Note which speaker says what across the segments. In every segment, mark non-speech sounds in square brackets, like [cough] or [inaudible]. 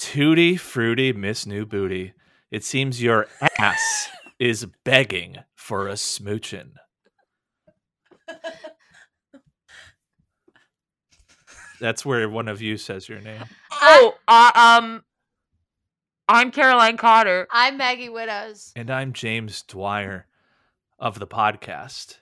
Speaker 1: Tutti fruity Miss New Booty. It seems your ass is begging for a smoochin'. That's where one of you says your name.
Speaker 2: Oh, uh, um, I'm Caroline Cotter.
Speaker 3: I'm Maggie Widows.
Speaker 1: And I'm James Dwyer of the podcast.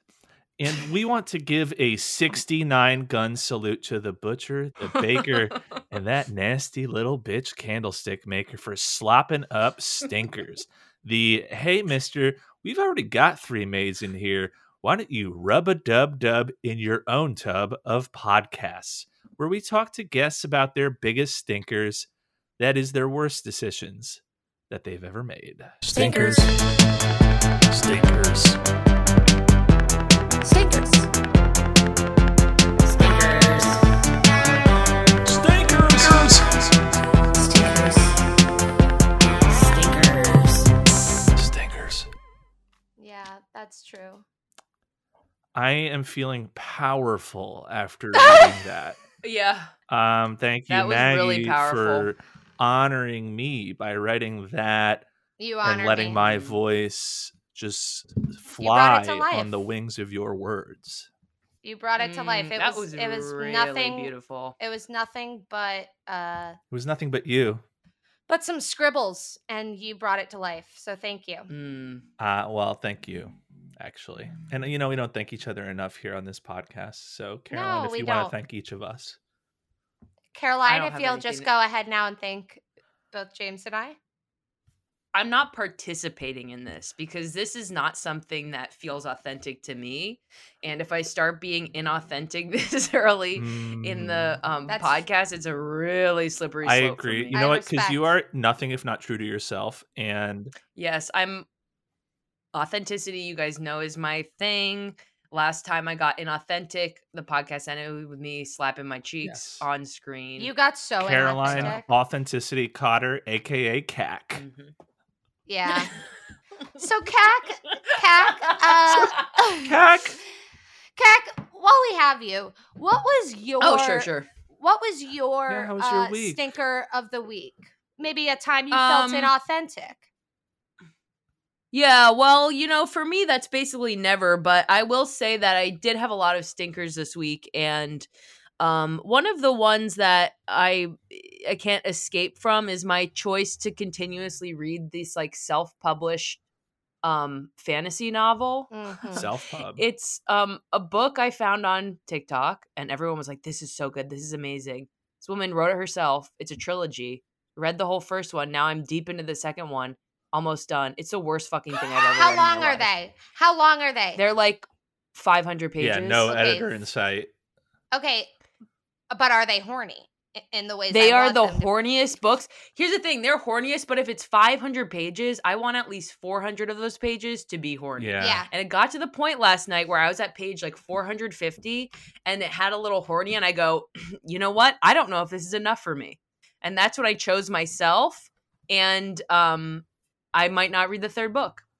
Speaker 1: And we want to give a 69 gun salute to the butcher, the
Speaker 3: [laughs]
Speaker 1: baker, and that nasty little bitch candlestick maker for slopping up stinkers. the hey, mister, we've already got three maids in here. Why don't you rub a dub dub in your own tub of podcasts, where we talk to guests about their biggest stinkers, that is, their worst decisions that they've ever made.
Speaker 4: Stinkers.
Speaker 1: Stinkers.
Speaker 4: Stinkers. Stinkers. Stinkers. Stinkers. Stinkers.
Speaker 1: Stinkers.
Speaker 3: Yeah, that's true.
Speaker 1: I am feeling powerful after reading that.
Speaker 2: Yeah.
Speaker 1: Um, thank you,
Speaker 2: That was
Speaker 1: Maggie,
Speaker 2: really powerful.
Speaker 1: for honoring me by writing that
Speaker 3: You honor
Speaker 1: and letting
Speaker 3: me.
Speaker 1: my voice just
Speaker 3: brought
Speaker 1: fly
Speaker 3: it to
Speaker 1: on
Speaker 3: life.
Speaker 1: the wings of your words.
Speaker 3: You brought it to life.
Speaker 2: Mm,
Speaker 3: It
Speaker 2: that
Speaker 3: was,
Speaker 2: was,
Speaker 3: it was
Speaker 2: really
Speaker 3: nothing
Speaker 2: beautiful.
Speaker 3: it was nothing but uh
Speaker 1: It was nothing but you.
Speaker 3: but some scribbles and you brought it to life. So thank you.
Speaker 2: Mm.
Speaker 1: Uh, well, thank you, actually. And you know, we don't thank each other enough here on this podcast. So, Caroline,
Speaker 3: No,
Speaker 1: if
Speaker 3: we
Speaker 1: you want
Speaker 3: don't.
Speaker 1: to thank each of us,
Speaker 3: Caroline,
Speaker 2: don't
Speaker 3: if
Speaker 2: have
Speaker 3: you'll just
Speaker 2: anything-
Speaker 3: go ahead now and thank both James and I.
Speaker 2: I'm not participating in this because this is not something that feels authentic to me. And if I start being inauthentic [laughs] this early in the um,
Speaker 3: That's-
Speaker 2: podcast, it's a really slippery
Speaker 1: Mm, I
Speaker 2: slope. for
Speaker 1: agree.
Speaker 2: me.
Speaker 1: You
Speaker 3: I
Speaker 1: know what? Because you are
Speaker 3: respect.
Speaker 1: nothing if not true to yourself, and
Speaker 2: Yes, I'm authenticity. You guys know is my thing. Last time I got inauthentic, the podcast ended with me slapping my
Speaker 1: Yes.
Speaker 2: cheeks on screen.
Speaker 3: You got so
Speaker 1: Caroline
Speaker 3: inauthentic.
Speaker 1: Authenticity Cotter, aka CAC.
Speaker 2: Mhm.
Speaker 1: [laughs]
Speaker 2: [laughs]
Speaker 3: Yeah. So CAC, CAC, uh,
Speaker 1: [laughs] CAC.
Speaker 3: [laughs] CAC, while we have you, what was your
Speaker 2: [laughs] oh sure, sure.
Speaker 3: What was your,
Speaker 1: Yeah, how was your
Speaker 3: uh,
Speaker 1: week?
Speaker 3: stinker of the week? Maybe a time you felt
Speaker 2: Um,
Speaker 3: inauthentic.
Speaker 2: Yeah, well, you know, for me, that's basically never, but I will say that I did have a lot of stinkers this week. And um, one of the ones that I I can't escape from is my choice to continuously read this like self-published um, fantasy novel.
Speaker 3: Mhm.
Speaker 2: [laughs]
Speaker 1: Self pub.
Speaker 2: It's um, a book I found on TikTok, and everyone was like, "This is so good. This is amazing." This woman wrote it herself. It's a trilogy. Read the whole first one. Now I'm deep into the second one. Almost done. It's the worst fucking thing I've ever. read
Speaker 3: How
Speaker 2: in my
Speaker 3: long are
Speaker 2: life.
Speaker 3: they? How long are they?
Speaker 2: They're like 500 pages.
Speaker 1: yeah, no uh,
Speaker 3: Okay.
Speaker 1: editor in sight.
Speaker 3: okay, but are they horny i- in the ways
Speaker 2: They
Speaker 3: I
Speaker 2: are
Speaker 3: want
Speaker 2: the
Speaker 3: them to be?
Speaker 2: horniest books. Here's the thing, they're horniest, but if it's 500 pages, I want at least 400 of those pages to be horny.
Speaker 1: Yeah.
Speaker 3: Yeah.
Speaker 2: And it got to the point last night where I was at page like 450 and it had a little horny, and I go, [clears throat] you know what? I don't know if this is enough for me. And that's when I chose myself. And um, I might not read the third book. [laughs]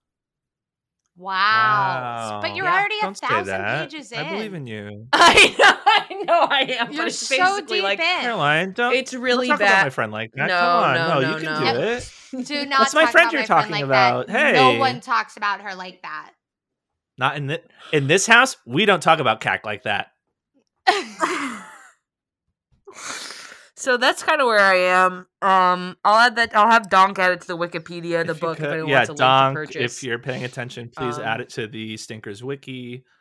Speaker 3: Wow. S- But
Speaker 1: Wow.
Speaker 3: you're
Speaker 2: Yeah,
Speaker 3: already a
Speaker 1: Don't say
Speaker 3: thousand
Speaker 1: that.
Speaker 3: pages in.
Speaker 1: I believe in you,
Speaker 2: I know, I know I am. but
Speaker 3: You're
Speaker 2: it's
Speaker 3: so
Speaker 2: basically
Speaker 3: deep
Speaker 2: like,
Speaker 3: in.
Speaker 1: Caroline. Don't
Speaker 2: it's really
Speaker 1: don't talk about
Speaker 2: bad.
Speaker 1: my friend like that.
Speaker 2: No,
Speaker 1: Come on,
Speaker 2: no,
Speaker 1: you
Speaker 2: no,
Speaker 1: can
Speaker 3: no.
Speaker 1: do it.
Speaker 2: [laughs]
Speaker 3: Do not.
Speaker 1: That's my
Speaker 3: talk
Speaker 1: friend
Speaker 3: about
Speaker 1: you're
Speaker 3: my
Speaker 1: talking
Speaker 3: like
Speaker 1: about.
Speaker 3: That. no
Speaker 1: Hey.
Speaker 3: one talks about her like that.
Speaker 2: [laughs]
Speaker 1: Not in the, in this house. We don't talk about CAC like that.
Speaker 2: So that's kind of where I am. Um, I'll add that I'll have Donk add it to the Wikipedia, the
Speaker 1: If you
Speaker 2: book.
Speaker 1: could-
Speaker 2: if anyone
Speaker 1: yeah,
Speaker 2: wants a link
Speaker 1: Donk.
Speaker 2: to purchase.
Speaker 1: If you're paying attention, please add
Speaker 2: Um,
Speaker 1: it to the Stinkers Wiki.
Speaker 2: [laughs]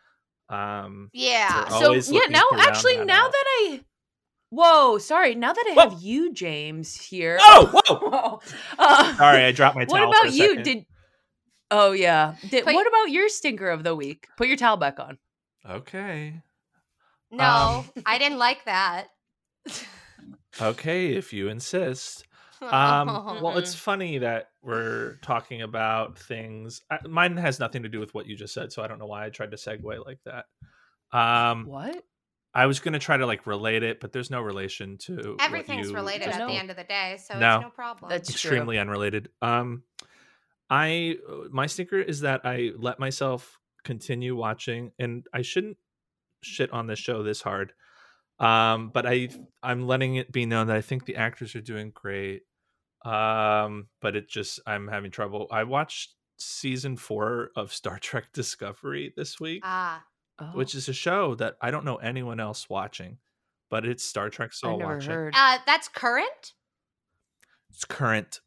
Speaker 1: Um,
Speaker 3: yeah.
Speaker 1: They're all-
Speaker 2: so
Speaker 1: always
Speaker 2: yeah,
Speaker 1: looking
Speaker 2: now
Speaker 1: to round
Speaker 2: actually,
Speaker 1: that
Speaker 2: now
Speaker 1: out.
Speaker 2: that I, whoa, sorry, now that I
Speaker 1: Whoa.
Speaker 2: have you, James, here.
Speaker 1: whoa, Oh, whoa!
Speaker 2: [laughs] whoa. Uh,
Speaker 1: Sorry, I dropped my
Speaker 2: What
Speaker 1: towel. for
Speaker 2: about
Speaker 1: a
Speaker 2: you?
Speaker 1: second.
Speaker 2: Did oh yeah. Did,
Speaker 3: Put-
Speaker 2: what about your stinker of the week? Put your towel back on.
Speaker 1: okay,
Speaker 3: No, I didn't like that.
Speaker 1: okay, if you insist.
Speaker 3: [laughs]
Speaker 1: Um, well,
Speaker 2: Mhm.
Speaker 1: it's funny that we're talking about things. I, mine has nothing to do with what you just said, so I don't know why I tried to segue like that. Um,
Speaker 2: What?
Speaker 1: I was gonna try to like relate it, but there's no relation to what
Speaker 3: everything's
Speaker 1: you
Speaker 3: related
Speaker 1: just
Speaker 3: at the
Speaker 1: told.
Speaker 3: end of the day, so
Speaker 1: No.
Speaker 3: it's no problem.
Speaker 2: That's true.
Speaker 1: Extremely unrelated. Um, I uh, my stinker is that I let myself continue watching, and I shouldn't shit on this show this hard. Um, but I I'm letting it be known that I think the actors are doing great. Um, but it just I'm having trouble. I watched season four of Star [laughs] Trek Discovery this week,
Speaker 3: Ah,
Speaker 2: Oh,
Speaker 1: which is a show that I don't know anyone else watching, but it's Star Trek, so
Speaker 2: I
Speaker 1: I'll
Speaker 2: never
Speaker 1: watch
Speaker 2: heard.
Speaker 3: uh, that's current.
Speaker 1: it. It's current.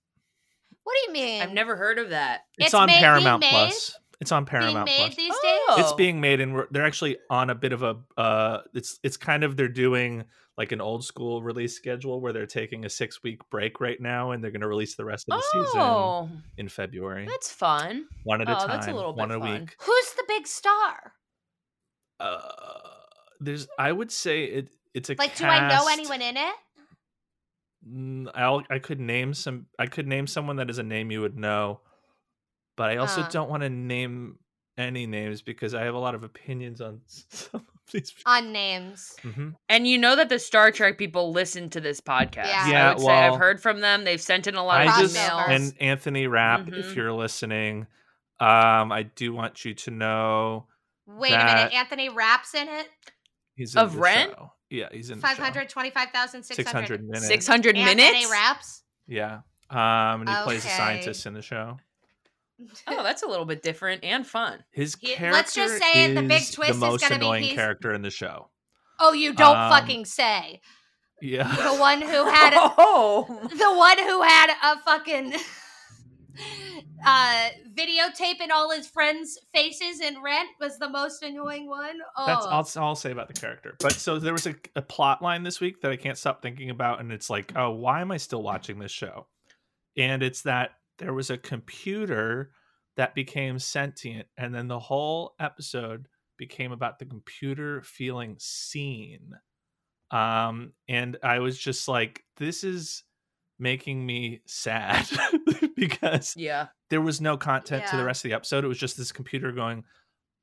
Speaker 3: What do you mean?
Speaker 2: I've never heard of that.
Speaker 1: It's,
Speaker 3: It's
Speaker 1: on
Speaker 3: made- being
Speaker 1: Paramount
Speaker 3: made?
Speaker 1: Plus. It's on
Speaker 3: being
Speaker 1: Paramount
Speaker 3: made
Speaker 1: Plus.
Speaker 3: these
Speaker 2: Oh.
Speaker 3: days.
Speaker 1: It's being made, and we're, they're actually on a bit of a. Uh, it's it's kind of they're doing like an old school release schedule where they're taking a six week break right now, and they're going to release the rest of the season
Speaker 2: Oh,
Speaker 1: in February,
Speaker 2: that's fun.
Speaker 1: one at a
Speaker 2: oh,
Speaker 1: time,
Speaker 2: that's a little bit
Speaker 1: one a
Speaker 2: fun.
Speaker 1: week.
Speaker 3: Who's the big star?
Speaker 1: Uh, there's, I would say it. It's a
Speaker 3: Like, do I know
Speaker 1: cast-
Speaker 3: anyone in it?
Speaker 1: Mm, I'll, I could name some. I could name someone that is a name you would know, but I also
Speaker 3: Uh.
Speaker 1: don't want to name any names because I have a lot of opinions on s- [laughs] some of these.
Speaker 3: On names.
Speaker 1: hmm
Speaker 2: And you know that the Star Trek people listen to this podcast.
Speaker 3: Yeah.
Speaker 1: Yeah,
Speaker 2: I would say I've
Speaker 1: well,
Speaker 2: heard from them. They've sent in a lot
Speaker 1: I
Speaker 2: of
Speaker 3: Crossovers.
Speaker 1: just
Speaker 2: emails.
Speaker 1: and Anthony Rapp, if
Speaker 3: Mm-hmm.
Speaker 2: Mhm.
Speaker 1: you're listening, um, I do want you to know
Speaker 3: Wait a
Speaker 1: That-
Speaker 3: minute. Anthony Rapp's in it.
Speaker 1: he's in
Speaker 2: Of
Speaker 1: the
Speaker 2: Rent?
Speaker 1: show. Yeah, he's in
Speaker 3: Five hundred twenty-five thousand six
Speaker 1: six
Speaker 3: hundred.
Speaker 1: hundred minutes.
Speaker 2: 600
Speaker 3: Anthony
Speaker 2: minutes?
Speaker 3: Raps.
Speaker 1: Yeah, um, and he plays a
Speaker 3: Okay.
Speaker 1: scientist in the show.
Speaker 2: Oh, that's a little bit different and fun.
Speaker 1: His
Speaker 3: He-
Speaker 1: character
Speaker 3: let's just say the big
Speaker 1: is
Speaker 3: twist is
Speaker 1: most
Speaker 3: gonna be
Speaker 1: annoying
Speaker 3: he's-
Speaker 1: character in the show.
Speaker 3: [laughs] Oh, you don't
Speaker 1: Um,
Speaker 3: fucking say.
Speaker 1: Yeah,
Speaker 3: The one
Speaker 1: [laughs]
Speaker 3: who
Speaker 2: [laughs]
Speaker 3: had
Speaker 2: oh,
Speaker 3: the one who had a fucking [laughs] uh videotape in all his friends' faces in Rent was the most annoying one. Oh,
Speaker 1: That's all, all I'll say about the character. But so there was a, a plot line this week that I can't stop thinking about, and it's like, oh, why am I still watching this show? And it's that there was a computer that became sentient, and then the whole episode became about the computer feeling seen. Um, and I was just like, this is making me sad [laughs] because
Speaker 2: yeah.
Speaker 1: there was no content to the
Speaker 3: Yeah.
Speaker 1: rest of the episode. It was just this computer going,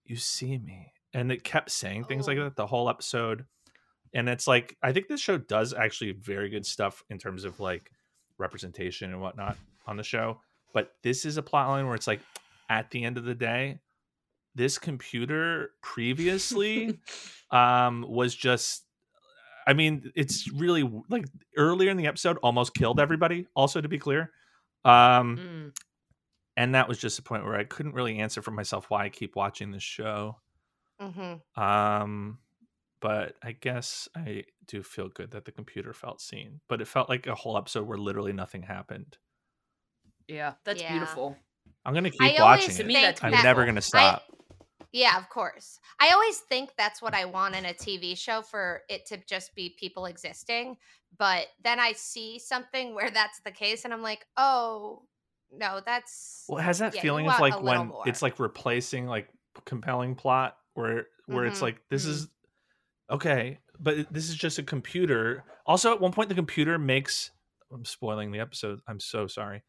Speaker 1: "You see me," and it kept saying things like
Speaker 3: Oh.
Speaker 1: that the whole episode. And it's like I think this show does actually very good stuff in terms of like representation and whatnot on the show. But this is a plot line where it's like, at the end of the day, this computer
Speaker 3: [laughs]
Speaker 1: previously um, was just. I mean, it's really like earlier in the episode almost killed everybody. Also, to be clear, um,
Speaker 2: Mm.
Speaker 1: and that was just a point where I couldn't really answer for myself why I keep watching this show.
Speaker 2: Mm-hmm.
Speaker 3: Mhm.
Speaker 1: Um, but I guess I do feel good that the computer felt seen, but it felt like a whole episode where literally nothing happened.
Speaker 2: Yeah, that's
Speaker 3: Yeah.
Speaker 2: [gasps] beautiful.
Speaker 1: I'm gonna keep
Speaker 3: I always
Speaker 1: watching
Speaker 2: To
Speaker 1: it.
Speaker 2: me,
Speaker 3: think
Speaker 2: that's
Speaker 1: I'm
Speaker 3: that-
Speaker 1: never gonna stop.
Speaker 3: I, yeah, of course. I always think that's what I want in a TV show for it to just be people existing. But then I see something [laughs] where that's the case, and I'm like, oh no, that's
Speaker 1: well, it has that
Speaker 3: yeah, you
Speaker 1: feeling of
Speaker 3: want
Speaker 1: like
Speaker 3: a
Speaker 1: when
Speaker 3: little more.
Speaker 1: it's like replacing like compelling plot, where where it's
Speaker 3: Mhm,
Speaker 1: like this
Speaker 2: mhm.
Speaker 1: is okay, but it- this is just a computer. Also, at one point, the computer makes. I'm spoiling the episode. I'm so sorry.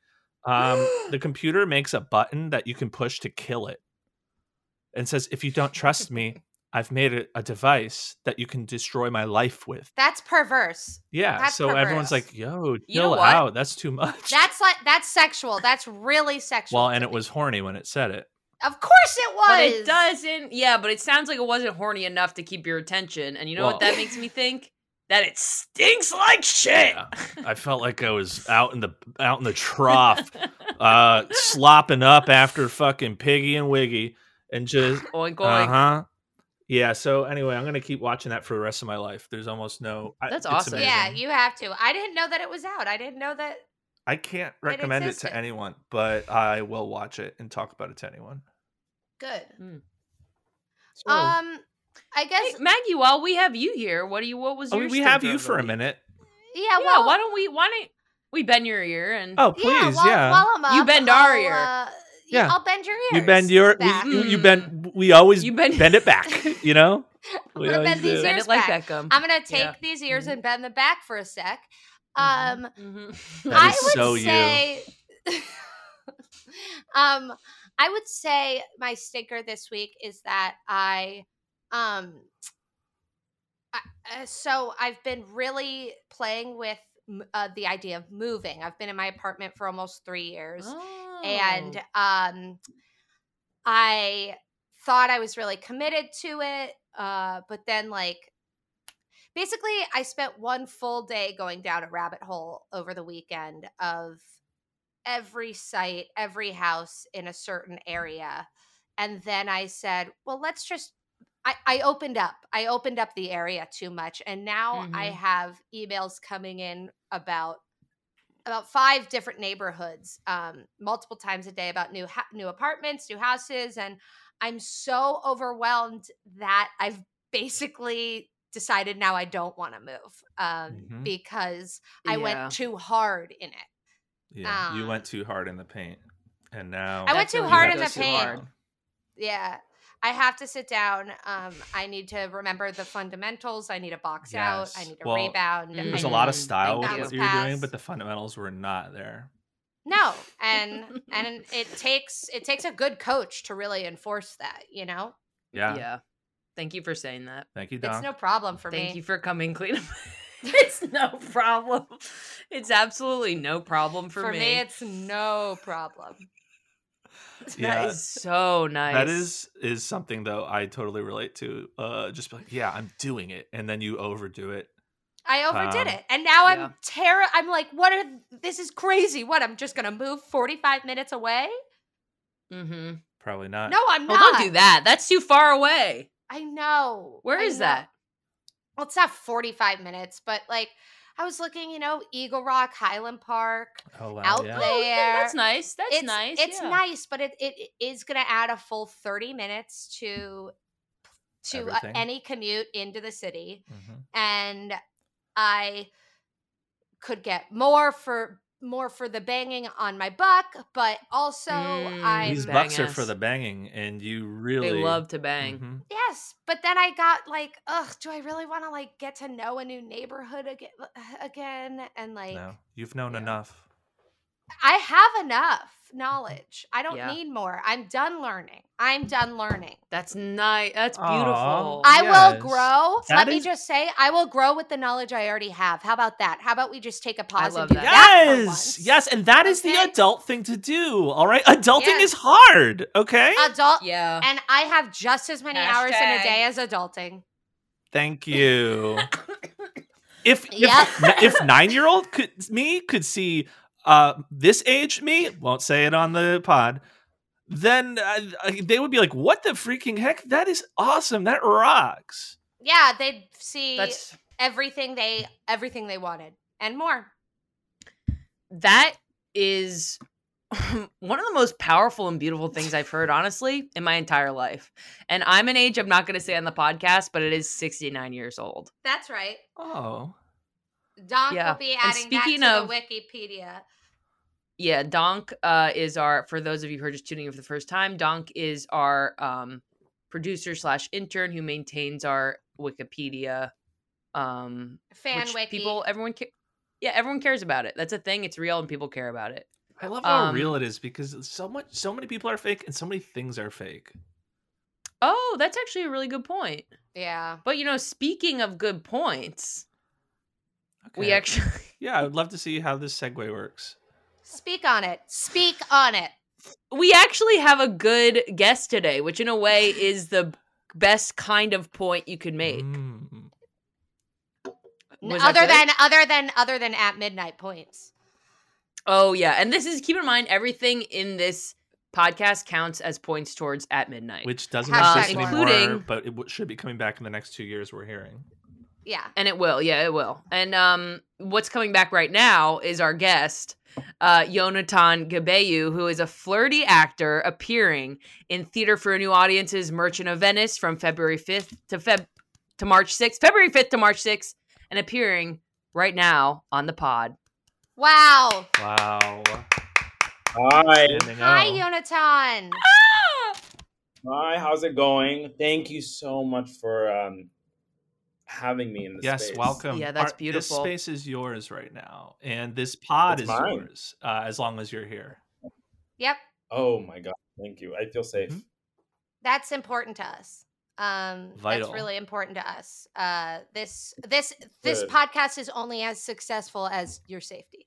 Speaker 1: Um,
Speaker 3: [gasps]
Speaker 1: the computer makes a button that you can push to kill it and says, If you don't trust
Speaker 2: [laughs]
Speaker 1: me, I've made a, a device that you can destroy my life with.
Speaker 3: that's perverse.
Speaker 1: Yeah.
Speaker 3: That's
Speaker 1: so everyone's
Speaker 3: perverse.
Speaker 1: like, Yo,
Speaker 2: You know
Speaker 1: chill
Speaker 2: what?
Speaker 1: out. That's too much.
Speaker 3: That's like that's sexual. That's really sexual.
Speaker 1: well,
Speaker 3: to
Speaker 1: and it
Speaker 3: me.
Speaker 1: was horny when it said it.
Speaker 3: Of course it was.
Speaker 2: But it doesn't. Yeah, but it sounds like it wasn't horny enough to keep your attention. And you know what
Speaker 1: Well-
Speaker 2: that makes me think? That it stinks like shit.
Speaker 1: Yeah.
Speaker 2: [laughs]
Speaker 1: I felt like I was out in the out in the trough, uh, slopping up after fucking Piggy and Wiggy, and just
Speaker 2: [laughs] oink
Speaker 1: Uh
Speaker 2: oink.
Speaker 1: huh. Yeah. So anyway, I'm gonna keep watching that for the rest of my life. There's almost no. I, it's
Speaker 2: That's awesome.
Speaker 1: amazing.
Speaker 3: Yeah, you have to. I didn't know that it was out. I didn't know that.
Speaker 1: I can't recommend it,
Speaker 3: existed.
Speaker 1: to anyone, but I will watch it and talk about it to anyone.
Speaker 3: Good.
Speaker 1: So,
Speaker 3: Um, I guess.
Speaker 2: Hey, Maggie, while we have you here, what do you? What was
Speaker 1: I
Speaker 2: your?
Speaker 1: mean, Oh, we have
Speaker 2: stinker
Speaker 1: you
Speaker 2: of the
Speaker 1: for a
Speaker 2: week?
Speaker 1: minute.
Speaker 3: yeah.
Speaker 2: yeah,
Speaker 3: Well.
Speaker 2: why don't we? Why don't we bend your ear and?
Speaker 1: Oh please,
Speaker 3: yeah.
Speaker 1: yeah.
Speaker 3: While, while I'm up,
Speaker 2: You bend
Speaker 3: I'll,
Speaker 2: our ear.
Speaker 3: Uh, yeah.
Speaker 1: Yeah.
Speaker 3: I'll bend your ears.
Speaker 1: you bend your,
Speaker 3: back.
Speaker 1: we, you, you
Speaker 2: Mm.
Speaker 1: bend. We always
Speaker 2: You
Speaker 1: [laughs]
Speaker 2: bend-
Speaker 1: bend it
Speaker 3: [laughs]
Speaker 1: back. You know.
Speaker 3: I'm
Speaker 1: We
Speaker 3: gonna
Speaker 1: always
Speaker 3: bend these
Speaker 1: do.
Speaker 2: [laughs] Bend
Speaker 3: ears
Speaker 2: it like
Speaker 3: back.
Speaker 2: Beckham.
Speaker 3: I'm gonna take
Speaker 2: Yeah.
Speaker 3: these ears
Speaker 2: Mhm.
Speaker 1: Mm-hmm.
Speaker 3: and bend them back for a sec. Um,
Speaker 2: Mhm. Mhm.
Speaker 1: That
Speaker 2: [laughs]
Speaker 3: I
Speaker 1: is
Speaker 3: would
Speaker 1: so you.
Speaker 3: say, [laughs] um, I would say my stinker this week is that I, um, I, uh, so I've been really playing with m- uh, the idea of moving. I've been in my apartment for almost three years and um i thought i was really committed to it uh but then like basically I spent one full day going down a rabbit hole over the weekend of every site, every house in a certain area. And then I said, well, let's just I, I opened up. I opened up the area too much. And now I
Speaker 2: Mhm.
Speaker 3: have emails coming in about about five different neighborhoods um, multiple times a day about new ha- new apartments, new houses, and I'm so overwhelmed that I've [laughs] basically decided now I don't want to move um,
Speaker 1: Mhm.
Speaker 3: because I
Speaker 2: Yeah.
Speaker 3: went too hard in it.
Speaker 1: Yeah, you
Speaker 3: Ah.
Speaker 1: went too hard in the paint, and now
Speaker 3: I went
Speaker 2: That's
Speaker 3: too
Speaker 2: when
Speaker 1: you
Speaker 3: hard
Speaker 1: have
Speaker 3: in
Speaker 2: go
Speaker 3: the
Speaker 1: to
Speaker 2: too
Speaker 1: sit
Speaker 3: paint.
Speaker 2: hard.
Speaker 1: down.
Speaker 3: Yeah. I have to sit down. Um, I need to remember the fundamentals. I need a box out. I
Speaker 1: Yes.
Speaker 3: need a
Speaker 1: Well,
Speaker 3: rebound. I
Speaker 1: There's a lot of
Speaker 2: Mm,
Speaker 1: style with
Speaker 2: thank
Speaker 1: what
Speaker 3: you.
Speaker 1: you were doing,
Speaker 3: Pass.
Speaker 1: but the fundamentals were not there.
Speaker 2: Mm-hmm.
Speaker 3: No, and
Speaker 1: [laughs]
Speaker 3: and it takes it takes a good coach to really enforce that. You know,
Speaker 1: Yeah.
Speaker 2: Thank you for saying that.
Speaker 1: Thank you,
Speaker 3: it's
Speaker 1: Don.
Speaker 3: no problem for
Speaker 2: Thank
Speaker 3: me.
Speaker 2: you for
Speaker 3: [laughs]
Speaker 2: coming clean. up. [laughs] it's no problem. It's absolutely no problem for,
Speaker 3: for me. it's no
Speaker 1: [laughs]
Speaker 3: problem.
Speaker 1: yeah.
Speaker 2: That is so nice.
Speaker 1: That is is something though I totally relate to. Uh just be like, yeah, I'm doing it. And then you overdo it.
Speaker 3: I overdid
Speaker 1: Um,
Speaker 3: it, and now
Speaker 2: yeah.
Speaker 3: I'm terror. I'm like, what are this is crazy? What I'm just gonna move 45 minutes away?
Speaker 2: Mm-hmm.
Speaker 1: Probably not.
Speaker 3: No, I'm
Speaker 2: Well,
Speaker 3: not.
Speaker 2: don't do that. That's too far away.
Speaker 3: I know.
Speaker 2: Where
Speaker 3: I
Speaker 2: is
Speaker 3: know.
Speaker 2: that?
Speaker 3: Well, it's not 45 minutes, but like I was looking, you know, Eagle Rock, Highland Park,
Speaker 1: Oh wow.
Speaker 3: out
Speaker 1: yeah.
Speaker 3: there.
Speaker 2: Oh, yeah, that's nice. That's
Speaker 3: it's
Speaker 2: nice.
Speaker 3: It's
Speaker 2: yeah.
Speaker 3: nice, but it, it it is gonna add a full 30 minutes to to uh,
Speaker 1: Everything.
Speaker 3: any commute into the city.
Speaker 1: Mhm.
Speaker 3: and I could get more for more for the banging on my buck, but also
Speaker 2: Mm.
Speaker 3: I'm
Speaker 1: These bucks are
Speaker 2: bang
Speaker 1: for
Speaker 2: ass.
Speaker 1: the banging and you really
Speaker 2: They love to bang.
Speaker 1: Mhm.
Speaker 3: yes, but then I got like, ugh, do I really want to like get to know a new neighborhood again again and like
Speaker 1: No. You've known
Speaker 2: Yeah.
Speaker 1: enough.
Speaker 3: I have enough knowledge. I don't
Speaker 2: Yeah.
Speaker 3: need more. I'm done learning. I'm done learning.
Speaker 2: That's nice. That's
Speaker 1: Aw.
Speaker 2: beautiful.
Speaker 3: I
Speaker 1: Yes.
Speaker 3: will grow.
Speaker 1: That
Speaker 3: Let me
Speaker 1: is-
Speaker 3: just say, I will grow with the knowledge I already have. How about that? How about we just take a pause and
Speaker 2: love
Speaker 3: do
Speaker 2: that.
Speaker 3: that? for
Speaker 1: Yes.
Speaker 3: once?
Speaker 1: Yes, and that is
Speaker 3: Okay?
Speaker 1: the adult thing to do. All right? Adulting is
Speaker 3: Yes.
Speaker 1: hard, okay?
Speaker 2: Uh,
Speaker 3: Adult
Speaker 2: yeah.
Speaker 3: and I have just as many hours in a day
Speaker 2: Hashtag.
Speaker 3: as adulting.
Speaker 1: Thank
Speaker 2: [laughs]
Speaker 1: you. if if,
Speaker 3: Yeah.
Speaker 1: if nine year old could me could see uh this age me won't say it on the pod then uh, they would be like what the freaking heck that is awesome that rocks
Speaker 3: Yeah, they'd see
Speaker 2: That's
Speaker 3: everything they everything they wanted and more.
Speaker 2: that is [laughs] one of the most powerful and beautiful things I've heard, honestly, in my entire life. And I'm an age I'm not going to say on the podcast, but it is 69 years old.
Speaker 3: That's right.
Speaker 1: oh
Speaker 3: Donk
Speaker 2: Yeah,
Speaker 3: will be
Speaker 2: and
Speaker 3: adding that
Speaker 2: speaking
Speaker 3: to
Speaker 2: of-
Speaker 3: the Wikipedia.
Speaker 2: Yeah, Donk uh, is our. For those of you who are just tuning in for the first time, Donk is our um, producer slash intern who maintains our Wikipedia um,
Speaker 3: Fan
Speaker 2: which
Speaker 3: wiki.
Speaker 2: People, everyone, ca- yeah, everyone cares about it. That's a thing. It's real, and people care about it.
Speaker 1: i love how
Speaker 2: Um,
Speaker 1: real it is because so much so many people are fake and so many things are fake
Speaker 2: Oh, that's actually a really good point. [laughs]
Speaker 3: yeah.
Speaker 2: But you know, speaking of good points, we
Speaker 1: Okay.
Speaker 2: actually
Speaker 1: yeah i would love to see how this segue works
Speaker 3: Speak on it. Speak on it.
Speaker 2: [laughs] we actually have a good guest today, which in
Speaker 1: [sighs]
Speaker 2: a way is the best kind of point you could make.
Speaker 1: Mm.
Speaker 3: N-
Speaker 2: Was that
Speaker 3: Other
Speaker 2: good?
Speaker 3: than other than other than at midnight points.
Speaker 2: Oh yeah, and this is keep in mind everything in this podcast counts as points towards at midnight.
Speaker 1: which doesn't
Speaker 3: Hashtag
Speaker 1: exist
Speaker 3: warm.
Speaker 1: anymore
Speaker 2: Including-
Speaker 1: but it w- should be coming back in the next two years we're hearing
Speaker 3: Yeah.
Speaker 2: and it will, yeah, it will. And um, what's coming back right now is our guest, uh, Yonatan Gabeyu, who is a flirty actor appearing in Theater for New Audiences, Merchant of Venice, from February 5th to Feb to March 6th, February 5th to March 6th, and appearing right now on the pod.
Speaker 3: Wow.
Speaker 1: wow
Speaker 5: Hi.
Speaker 1: Standing
Speaker 3: Hi,
Speaker 1: O.
Speaker 3: Yonatan.
Speaker 5: Ah! Hi, how's it going? Thank you so much for um, having me in this
Speaker 1: Yes,
Speaker 5: space.
Speaker 1: welcome.
Speaker 2: Yeah, that's
Speaker 1: This
Speaker 2: beautiful.
Speaker 1: space is yours right now, and this pod is
Speaker 5: It's mine.
Speaker 1: yours uh, as long as you're here.
Speaker 3: Yep.
Speaker 5: Oh my god, thank you. I feel safe.
Speaker 1: Mhm.
Speaker 3: that's important to us um
Speaker 1: Vital.
Speaker 3: that's really important to us uh this this this
Speaker 5: Good.
Speaker 3: podcast is only as successful as
Speaker 2: [laughs]
Speaker 3: your safety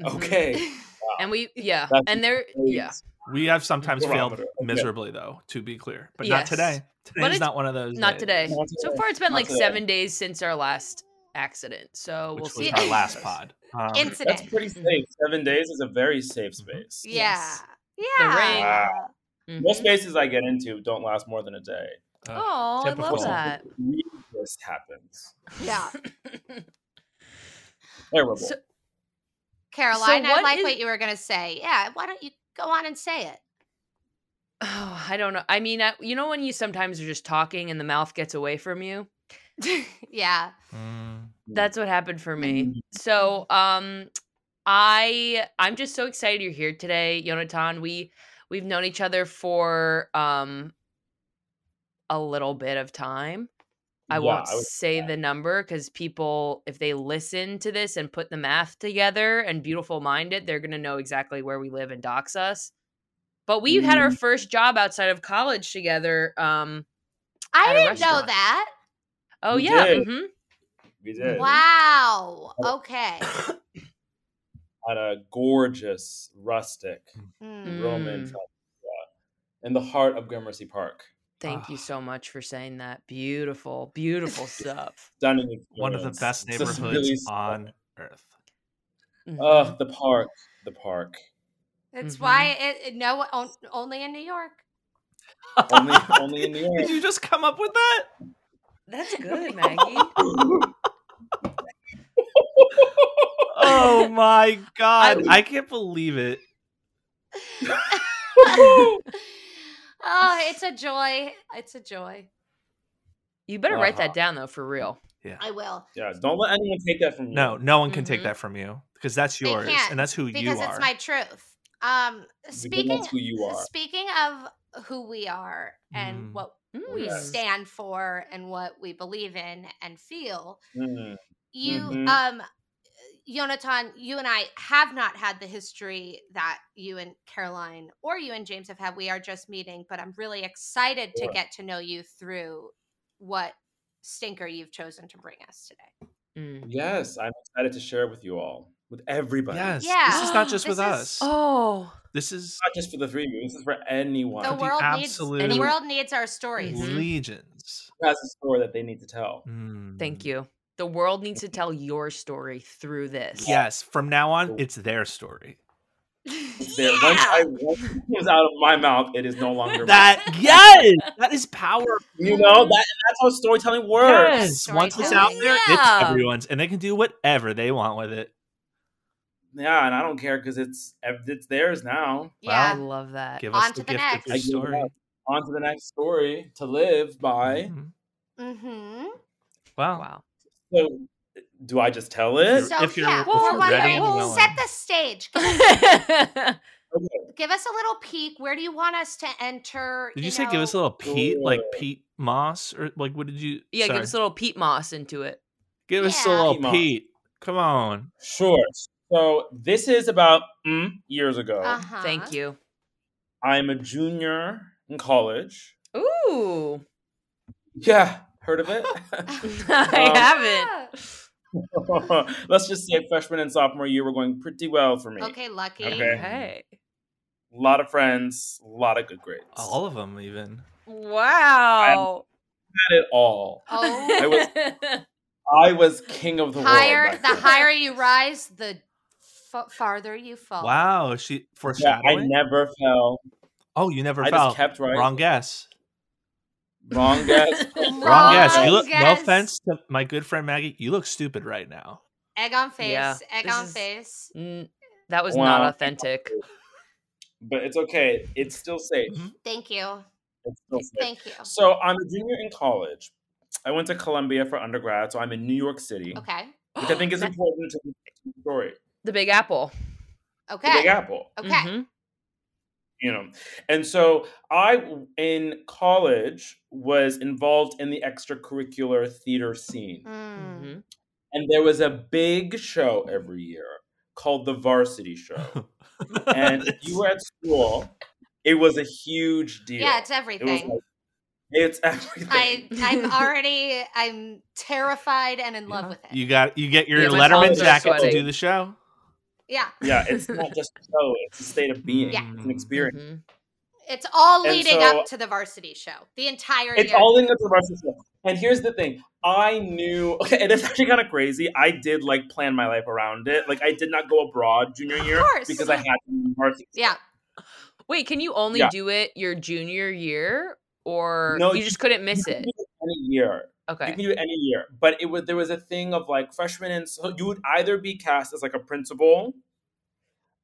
Speaker 2: Mhm.
Speaker 5: Okay.
Speaker 1: mm-hmm.
Speaker 3: [laughs]
Speaker 2: [laughs] And we, yeah,
Speaker 5: That's
Speaker 2: and there, yeah,
Speaker 1: We have sometimes failed
Speaker 5: Barometer, okay.
Speaker 1: miserably, though. To be clear, but
Speaker 2: Yes.
Speaker 1: not today.
Speaker 2: But
Speaker 1: Today's
Speaker 2: it's-
Speaker 1: not one of those.
Speaker 2: Not
Speaker 1: days.
Speaker 2: today.
Speaker 5: Not
Speaker 2: So
Speaker 5: today.
Speaker 2: far, it's been
Speaker 5: Not
Speaker 2: like
Speaker 5: today.
Speaker 2: seven days since our last accident. So
Speaker 1: Which
Speaker 2: we'll
Speaker 1: was
Speaker 2: see.
Speaker 1: our
Speaker 2: [laughs]
Speaker 1: last pod. Um,
Speaker 3: Incident.
Speaker 5: That's pretty
Speaker 2: Mm-hmm.
Speaker 5: safe. Seven days is a very safe
Speaker 1: Mm-hmm,
Speaker 5: space.
Speaker 3: yeah.
Speaker 2: The
Speaker 3: Yeah.
Speaker 2: ring.
Speaker 5: Wow.
Speaker 2: Mhm.
Speaker 5: Most spaces I get into don't last more than a day.
Speaker 2: Oh, I
Speaker 1: Except
Speaker 2: love
Speaker 1: before.
Speaker 2: that.
Speaker 5: This happens.
Speaker 3: Yeah.
Speaker 5: Terrible.
Speaker 2: So-
Speaker 3: Caroline, I
Speaker 2: what
Speaker 3: like
Speaker 2: is-
Speaker 3: what you were gonna say. Yeah, why don't you go on and say it?
Speaker 2: Oh, I don't know. I mean, I, you know when you sometimes are just talking and the mouth gets away from you?
Speaker 3: [laughs] yeah.
Speaker 1: mm,
Speaker 2: That's what happened for
Speaker 5: Mm-hmm.
Speaker 2: me. So, um I I'm just so excited you're here today, Yonatan. We we've known each other for um a little bit of time. I
Speaker 5: Yeah,
Speaker 2: won't
Speaker 5: I would
Speaker 2: say the number because people, if they listen to this and put the math together and beautiful mind it, they're gonna know exactly where we live and dox us. But we had
Speaker 5: Mm-hmm.
Speaker 2: our first job outside of college together. Um, At
Speaker 3: I
Speaker 2: a
Speaker 3: didn't know
Speaker 2: restaurant.
Speaker 3: that.
Speaker 2: oh
Speaker 5: We
Speaker 2: yeah,
Speaker 5: did.
Speaker 2: hmm
Speaker 5: we did
Speaker 3: Wow.
Speaker 5: Oh. [clears throat]
Speaker 3: Okay.
Speaker 5: at a gorgeous rustic
Speaker 3: Mm.
Speaker 5: Roman
Speaker 2: Mm.
Speaker 5: festival in the heart of Gramercy Park.
Speaker 2: [coughs] Thank you
Speaker 1: Ah.
Speaker 2: so much for saying that. Beautiful, beautiful stuff.
Speaker 5: Stunning.
Speaker 1: one of the
Speaker 5: experience.
Speaker 1: best
Speaker 5: It's just
Speaker 1: neighborhoods
Speaker 5: really
Speaker 1: on earth. [laughs]
Speaker 2: Mhm.
Speaker 5: Oh, the park. The park.
Speaker 3: That's
Speaker 2: Mhm.
Speaker 3: why it, it- no on, only in New York. [laughs]
Speaker 5: Only, only in [laughs] New
Speaker 1: [laughs]
Speaker 5: York.
Speaker 1: Did you just come up with that?
Speaker 2: That's good, Maggie.
Speaker 5: [laughs]
Speaker 1: Oh my god, I, can't believe it.
Speaker 3: oh, it's a joy. It's a joy.
Speaker 2: [laughs] You better write that
Speaker 5: Uh-huh.
Speaker 2: down though, for real.
Speaker 3: I will.
Speaker 5: Yeah, don't let anyone take that from you.
Speaker 1: No, no one can take
Speaker 2: Mhm.
Speaker 1: that from you because that's
Speaker 3: They
Speaker 1: yours
Speaker 3: can't,
Speaker 1: and that's who you
Speaker 3: Because
Speaker 1: are.
Speaker 3: it's my truth. Um
Speaker 5: Because
Speaker 3: speaking
Speaker 5: that's who you are.
Speaker 3: speaking of who we are and
Speaker 1: Mm.
Speaker 3: what we
Speaker 2: Mm.
Speaker 5: Yes.
Speaker 3: stand for and what we believe in and feel,
Speaker 5: Mm.
Speaker 3: you
Speaker 1: Mm-hmm.
Speaker 5: Mhm.
Speaker 3: um Yonatan, you and I have not had the history that you and Caroline or you and James have had. We are just meeting, but I'm really excited to
Speaker 5: Sure.
Speaker 3: get to know you through what stinker you've chosen to bring us today.
Speaker 2: Mm.
Speaker 5: Yes, I'm excited to share it with you all, with everybody.
Speaker 1: yes.
Speaker 3: Yeah.
Speaker 1: This is not just
Speaker 3: This
Speaker 1: with
Speaker 3: is-
Speaker 1: us.
Speaker 2: Oh,
Speaker 1: This is
Speaker 5: Not just for the three of you. This is for anyone
Speaker 3: The
Speaker 1: The
Speaker 3: world needs the
Speaker 1: absolute-
Speaker 3: world needs our stories.
Speaker 2: Mhm.
Speaker 1: legions. Mm.
Speaker 5: who has a story that they need to tell.
Speaker 2: thank you. The world needs to tell your story through this. [laughs]
Speaker 1: Yes, from now on, it's their story.
Speaker 5: It's there. Once, I, once it comes out of my mouth, it is no
Speaker 1: [laughs]
Speaker 5: longer mine.
Speaker 1: That yes, that is power.
Speaker 5: You know that that's how storytelling works.
Speaker 1: Yes, once it's out
Speaker 3: Storytelling.
Speaker 1: there,
Speaker 2: Yeah.
Speaker 1: it's everyone's, and they can do whatever they want with it.
Speaker 5: Yeah, and I don't care because it's it's theirs now.
Speaker 3: yeah.
Speaker 2: I love that.
Speaker 1: Give
Speaker 3: On
Speaker 1: us
Speaker 3: to
Speaker 1: the
Speaker 3: the
Speaker 1: gift
Speaker 3: next.
Speaker 1: of your
Speaker 5: I give it
Speaker 1: story.
Speaker 5: up. On to the next story to live by.
Speaker 1: Mhm.
Speaker 3: Mm-hmm.
Speaker 1: Wow.
Speaker 2: Wow. [laughs]
Speaker 5: So, do I just tell
Speaker 1: If
Speaker 5: it?
Speaker 1: you're-
Speaker 3: So
Speaker 1: if you're-
Speaker 3: yeah,
Speaker 1: if
Speaker 2: Well,
Speaker 3: we're
Speaker 2: you're
Speaker 3: wondering-
Speaker 2: ready and
Speaker 3: well, set
Speaker 1: willing.
Speaker 3: the stage. Give us,
Speaker 2: I
Speaker 3: give us a little peek. Where do you want us to enter?
Speaker 1: Did you, say give us a little Pete, like
Speaker 5: Sure.
Speaker 1: Pete Moss, or like what did you?
Speaker 2: yeah,
Speaker 1: sorry.
Speaker 2: give us a little peat moss into it.
Speaker 1: Give us a
Speaker 3: Yeah.
Speaker 1: little
Speaker 5: Pete Moss.
Speaker 1: Pete. Come on.
Speaker 5: Sure. So this is about mm, years ago.
Speaker 3: Uh-huh. [laughs]
Speaker 2: Thank you.
Speaker 5: I'm a junior in college.
Speaker 2: Ooh,
Speaker 5: Yeah, heard
Speaker 3: [laughs]
Speaker 5: of it? [laughs]
Speaker 2: I
Speaker 5: Let's just say freshman and sophomore year were going pretty well for me.
Speaker 3: Okay, lucky.
Speaker 2: haven't.
Speaker 5: Okay.
Speaker 2: Okay.
Speaker 5: A lot of friends, a lot of good grades.
Speaker 1: All of them, even.
Speaker 2: Wow.
Speaker 5: Had it all.
Speaker 3: Oh,
Speaker 5: I was-
Speaker 2: [laughs]
Speaker 5: I was king of the
Speaker 3: higher the
Speaker 5: world. back then.
Speaker 3: higher you rise, the f- farther you fall.
Speaker 1: Wow. She
Speaker 5: Yeah, I
Speaker 1: foreshadowing.
Speaker 5: never fell.
Speaker 1: oh, you never
Speaker 5: I
Speaker 1: fell.
Speaker 5: just kept right.
Speaker 1: Wrong guess.
Speaker 5: Wrong
Speaker 1: [laughs]
Speaker 5: guess.
Speaker 2: [laughs]
Speaker 3: Wrong,
Speaker 1: Wrong guess. You look.
Speaker 3: guess.
Speaker 1: No offense to my good friend Maggie. You look stupid right now.
Speaker 3: Egg on face.
Speaker 2: Yeah,
Speaker 3: egg
Speaker 2: this
Speaker 3: on
Speaker 2: is-
Speaker 3: face.
Speaker 2: N- Mm, that was
Speaker 5: Wow.
Speaker 2: not authentic.
Speaker 5: But it's okay. It's still safe.
Speaker 1: Mm-hmm.
Speaker 3: Thank
Speaker 5: Oh,
Speaker 3: you.
Speaker 5: It's still safe.
Speaker 3: Thank you.
Speaker 5: So I'm a junior in college. I went to Columbia for undergrad, so I'm in New York City,
Speaker 3: Okay.
Speaker 5: which I think
Speaker 3: [gasps]
Speaker 2: [gasps]
Speaker 5: is
Speaker 2: That-
Speaker 5: important to the story.
Speaker 2: the Big Apple.
Speaker 5: The Big
Speaker 3: Okay. Oh.
Speaker 5: Apple,
Speaker 3: Okay.
Speaker 2: Mhm.
Speaker 5: you know. And so I, w- in college, was involved in the extracurricular theater scene.
Speaker 3: Mm.
Speaker 5: Mm-hmm.
Speaker 2: Mhm.
Speaker 5: And there was a big show every year called the Varsity Show.
Speaker 1: [laughs]
Speaker 5: and if
Speaker 3: [laughs]
Speaker 5: you were at school, it was a huge deal.
Speaker 3: Yeah, it's
Speaker 5: it was
Speaker 3: everything.
Speaker 5: like, it's [laughs] everything.
Speaker 3: I I'm already I'm terrified and in love
Speaker 1: Yeah.
Speaker 3: with it.
Speaker 1: You got. You get your
Speaker 2: Yeah, my
Speaker 1: Letterman
Speaker 2: palms are
Speaker 1: jacket to
Speaker 2: sweating.
Speaker 1: do the show.
Speaker 3: Yeah.
Speaker 5: Yeah,
Speaker 3: [laughs]
Speaker 5: it's not just a show; it's a state of being,
Speaker 1: Yeah.
Speaker 3: Mm-hmm.
Speaker 5: it's an experience.
Speaker 2: Mhm.
Speaker 3: It's all
Speaker 5: And
Speaker 3: leading
Speaker 5: so-
Speaker 3: up to the varsity show. The entire
Speaker 5: It's
Speaker 3: year.
Speaker 5: all in the varsity show. And here's the thing: I knew. [laughs] Okay, and it's actually kind of crazy. I did like plan my life around it. Like I did not go abroad junior year
Speaker 3: course.
Speaker 5: because I had to be in varsity.
Speaker 3: yeah.
Speaker 2: Wait, can you only
Speaker 5: Yeah.
Speaker 2: do it your junior year, or
Speaker 5: No,
Speaker 2: you
Speaker 5: you-
Speaker 2: just couldn't miss
Speaker 5: You can
Speaker 2: it?
Speaker 5: do Any year, you
Speaker 2: Okay.
Speaker 5: can do it any year, but it was there was a thing of like freshmen and so you would either be cast as like a principal,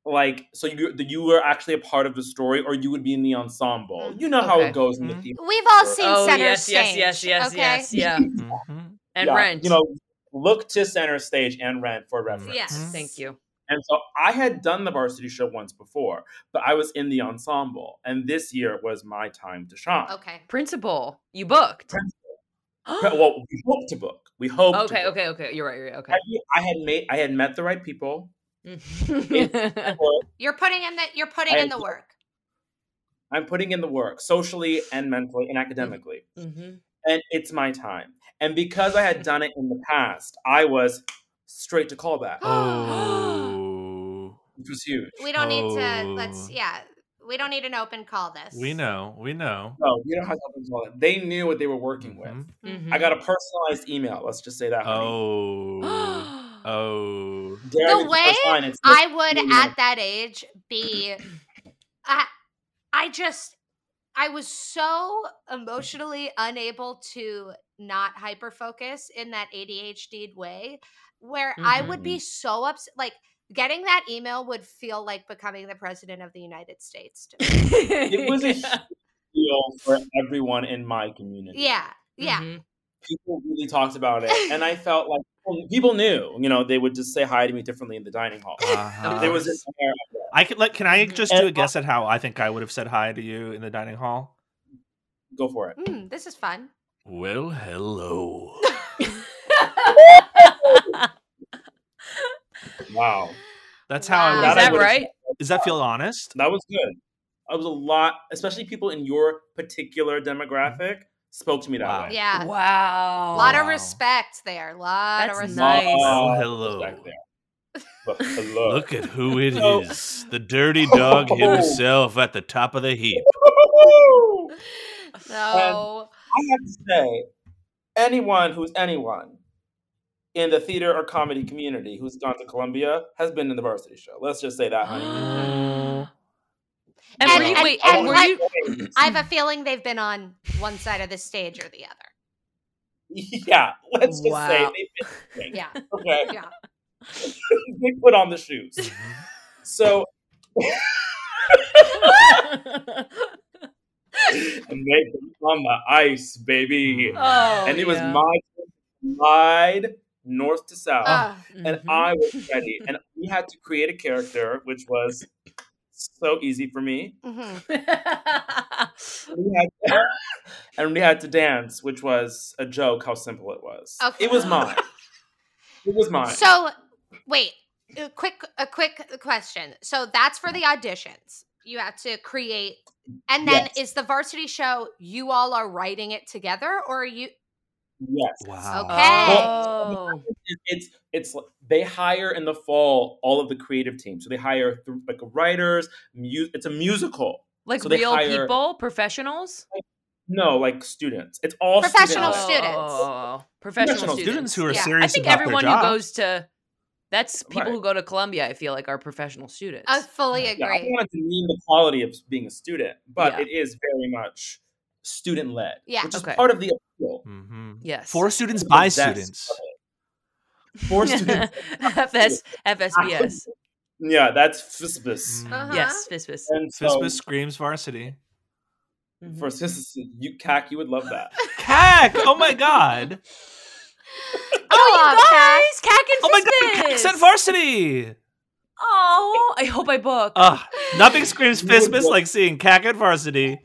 Speaker 5: like so you you were actually a part of the story, or you would be in the ensemble. You know how
Speaker 2: Mm, Okay.
Speaker 5: it goes in the
Speaker 1: Mhm.
Speaker 5: theater.
Speaker 3: We've all seen
Speaker 2: Oh
Speaker 3: center
Speaker 2: yes,
Speaker 3: stage.
Speaker 2: yes, yes, yes,
Speaker 3: okay?
Speaker 2: yes,
Speaker 5: [laughs]
Speaker 2: yeah.
Speaker 1: Mhm.
Speaker 2: And
Speaker 5: Yeah,
Speaker 2: rent.
Speaker 5: You know, look to center stage and rent for reference.
Speaker 3: Yes.
Speaker 2: Thank you.
Speaker 5: And so I had done the varsity show once before, but I was in the ensemble, and this year was my time to shine.
Speaker 2: Oh.
Speaker 3: Okay.
Speaker 2: Principal, you booked. [gasps]
Speaker 5: Well, we hope to book. We hope. to
Speaker 2: okay,
Speaker 5: book.
Speaker 2: okay, okay. You're right. You're right. Okay.
Speaker 5: I, I had made. I had met the right people.
Speaker 2: [laughs] Mhm.
Speaker 3: You're putting in the you're putting
Speaker 5: I
Speaker 3: in
Speaker 5: am-
Speaker 3: the work.
Speaker 5: I'm putting in the work socially and mentally and
Speaker 2: Mm-hmm.
Speaker 5: academically.
Speaker 3: Hmm.
Speaker 2: Mhm.
Speaker 5: And it's my time. And because I had done it in the past, I was straight
Speaker 2: [gasps]
Speaker 5: to callback,
Speaker 1: Oh,
Speaker 5: which was huge.
Speaker 3: We don't need to
Speaker 1: Oh.
Speaker 3: let's yeah. We don't need an open call this.
Speaker 1: we know, we know.
Speaker 5: No, you know how to help them solve it. They knew what they were working with.
Speaker 1: Mhm.
Speaker 2: Mhm. [gasps]
Speaker 5: I got a personalized email. Let's just say that. honey.
Speaker 1: Oh, oh,
Speaker 5: Dare
Speaker 3: The
Speaker 5: me to first
Speaker 3: way
Speaker 5: line, it's like,
Speaker 3: I would
Speaker 5: you know.
Speaker 3: at that age be I I just I was so emotionally unable to not hyper focus in that ADHD way where I would
Speaker 1: Mm-hmm.
Speaker 3: be so upset like getting that email would feel like becoming the president of the United States to me.
Speaker 5: it was
Speaker 2: Mm-hmm. [laughs]
Speaker 5: a huge deal for everyone in my community.
Speaker 3: yeah.
Speaker 2: [laughs]
Speaker 3: Yeah.
Speaker 2: Mhm.
Speaker 5: People really talked about it. And I felt like well, people knew, you know, they would just say hi to me differently in the dining hall.
Speaker 1: uh-huh.
Speaker 5: There was an air of that.
Speaker 1: I could like. Can I
Speaker 2: Mhm.
Speaker 1: just do a guess at how I think I would have said hi to you in the dining hall?
Speaker 5: Go for it.
Speaker 1: Mm-hmm.
Speaker 3: Mm, this is fun.
Speaker 1: Well, hello.
Speaker 5: Wow.
Speaker 1: That's how I would.
Speaker 3: Wow.
Speaker 2: Is
Speaker 5: That I
Speaker 2: that
Speaker 5: would've-
Speaker 2: right?
Speaker 1: Does that feel honest?
Speaker 5: That was good. I was a lot, especially people in your particular demographic spoke to me that
Speaker 1: Wow.
Speaker 5: way.
Speaker 3: Yeah.
Speaker 2: Wow.
Speaker 3: A lot of
Speaker 1: Wow.
Speaker 3: respect there. lot
Speaker 2: That's
Speaker 3: of respect.
Speaker 2: nice.
Speaker 1: Well,
Speaker 5: Back
Speaker 1: Oh, hello.
Speaker 5: there. Look, hello. [laughs]
Speaker 1: Look at who it
Speaker 5: So-
Speaker 1: is. The dirty dog himself at the top of the heap.
Speaker 5: [laughs]
Speaker 3: No.
Speaker 5: I have to say, anyone who's anyone in the theater or comedy community who's gone to Columbia has been in the varsity show. Let's just
Speaker 2: [gasps]
Speaker 5: say that, honey.
Speaker 3: And-
Speaker 2: and, were you,
Speaker 3: and-
Speaker 2: wait,
Speaker 3: [gasps] and
Speaker 2: were
Speaker 3: I-
Speaker 2: [laughs] you
Speaker 3: I have a feeling they've been on one side of the stage or the other.
Speaker 5: [laughs] yeah, let's just say
Speaker 2: Wow.
Speaker 5: they've been.
Speaker 3: Yeah.
Speaker 5: [laughs] Okay.
Speaker 3: Yeah.
Speaker 5: they put on the shoes.
Speaker 2: Mm-hmm.
Speaker 5: So [laughs] and they put on the ice, baby.
Speaker 2: oh,
Speaker 5: and it was
Speaker 2: yeah.
Speaker 5: my slide north to south.
Speaker 3: Ugh.
Speaker 5: and
Speaker 2: Mhm.
Speaker 5: I was ready. and we had to create a character, which was so easy for me.
Speaker 3: Mhm.
Speaker 2: Mm-hmm. [laughs]
Speaker 5: We had [laughs] and we had to dance, which was a joke how simple it was.
Speaker 3: Okay.
Speaker 5: It was
Speaker 3: [laughs]
Speaker 5: mine. It was mine.
Speaker 3: So, wait. A quick, a quick question. So that's for the auditions. You have to create, and then
Speaker 5: Yes.
Speaker 3: is the varsity show? You all are writing it together, or are you?
Speaker 5: yes.
Speaker 1: Wow.
Speaker 3: Okay.
Speaker 2: Oh.
Speaker 5: It's it's like- they hire in the fall all of the creative team. So they hire th- like writers, mu- it's a musical.
Speaker 2: Like
Speaker 5: So they
Speaker 2: real
Speaker 5: hire-
Speaker 2: people, professionals?
Speaker 5: No, like students. It's all
Speaker 3: Professional
Speaker 5: students.
Speaker 3: students.
Speaker 2: oh, oh. Professional,
Speaker 5: Professional
Speaker 1: Students
Speaker 2: students.
Speaker 1: who are
Speaker 3: Yeah. I
Speaker 1: serious
Speaker 2: I think
Speaker 1: about
Speaker 2: everyone
Speaker 1: their
Speaker 2: who
Speaker 1: job.
Speaker 2: goes to that's people
Speaker 5: Right.
Speaker 2: who go to Columbia, I feel like are professional students.
Speaker 3: I fully
Speaker 5: Yeah, I don't
Speaker 3: agree.
Speaker 5: want to demean the quality of being a student, but
Speaker 2: Yeah.
Speaker 5: it is very much student led,
Speaker 3: Yeah.
Speaker 5: which is
Speaker 2: Okay.
Speaker 5: part of the appeal.
Speaker 1: hmm
Speaker 2: yes.
Speaker 1: For students
Speaker 5: It's the
Speaker 1: by
Speaker 5: best
Speaker 1: students.
Speaker 5: of it.
Speaker 2: [laughs]
Speaker 5: For
Speaker 3: [laughs]
Speaker 5: students.
Speaker 2: FS FSBS.
Speaker 5: yeah, that's FISBIS.
Speaker 1: Mm.
Speaker 3: Uh-huh.
Speaker 2: Yes, FISBIS.
Speaker 5: And so
Speaker 1: Fisbus screams varsity.
Speaker 3: Mm-hmm.
Speaker 2: Mhm.
Speaker 5: for FISBIS, you CAC, you would love
Speaker 3: [laughs]
Speaker 5: that.
Speaker 1: Cack! Oh my god!
Speaker 3: Oh,
Speaker 5: Oh,
Speaker 3: Go up, Kat.
Speaker 2: guys, CAC and
Speaker 1: Oh my god! Cack
Speaker 2: FISBIS.
Speaker 1: said varsity.
Speaker 2: Oh, I hope I book.
Speaker 5: Uh,
Speaker 2: [laughs]
Speaker 1: Ugh, nothing screams
Speaker 5: You would
Speaker 1: Fisbus
Speaker 5: love-
Speaker 1: like seeing Cack at varsity.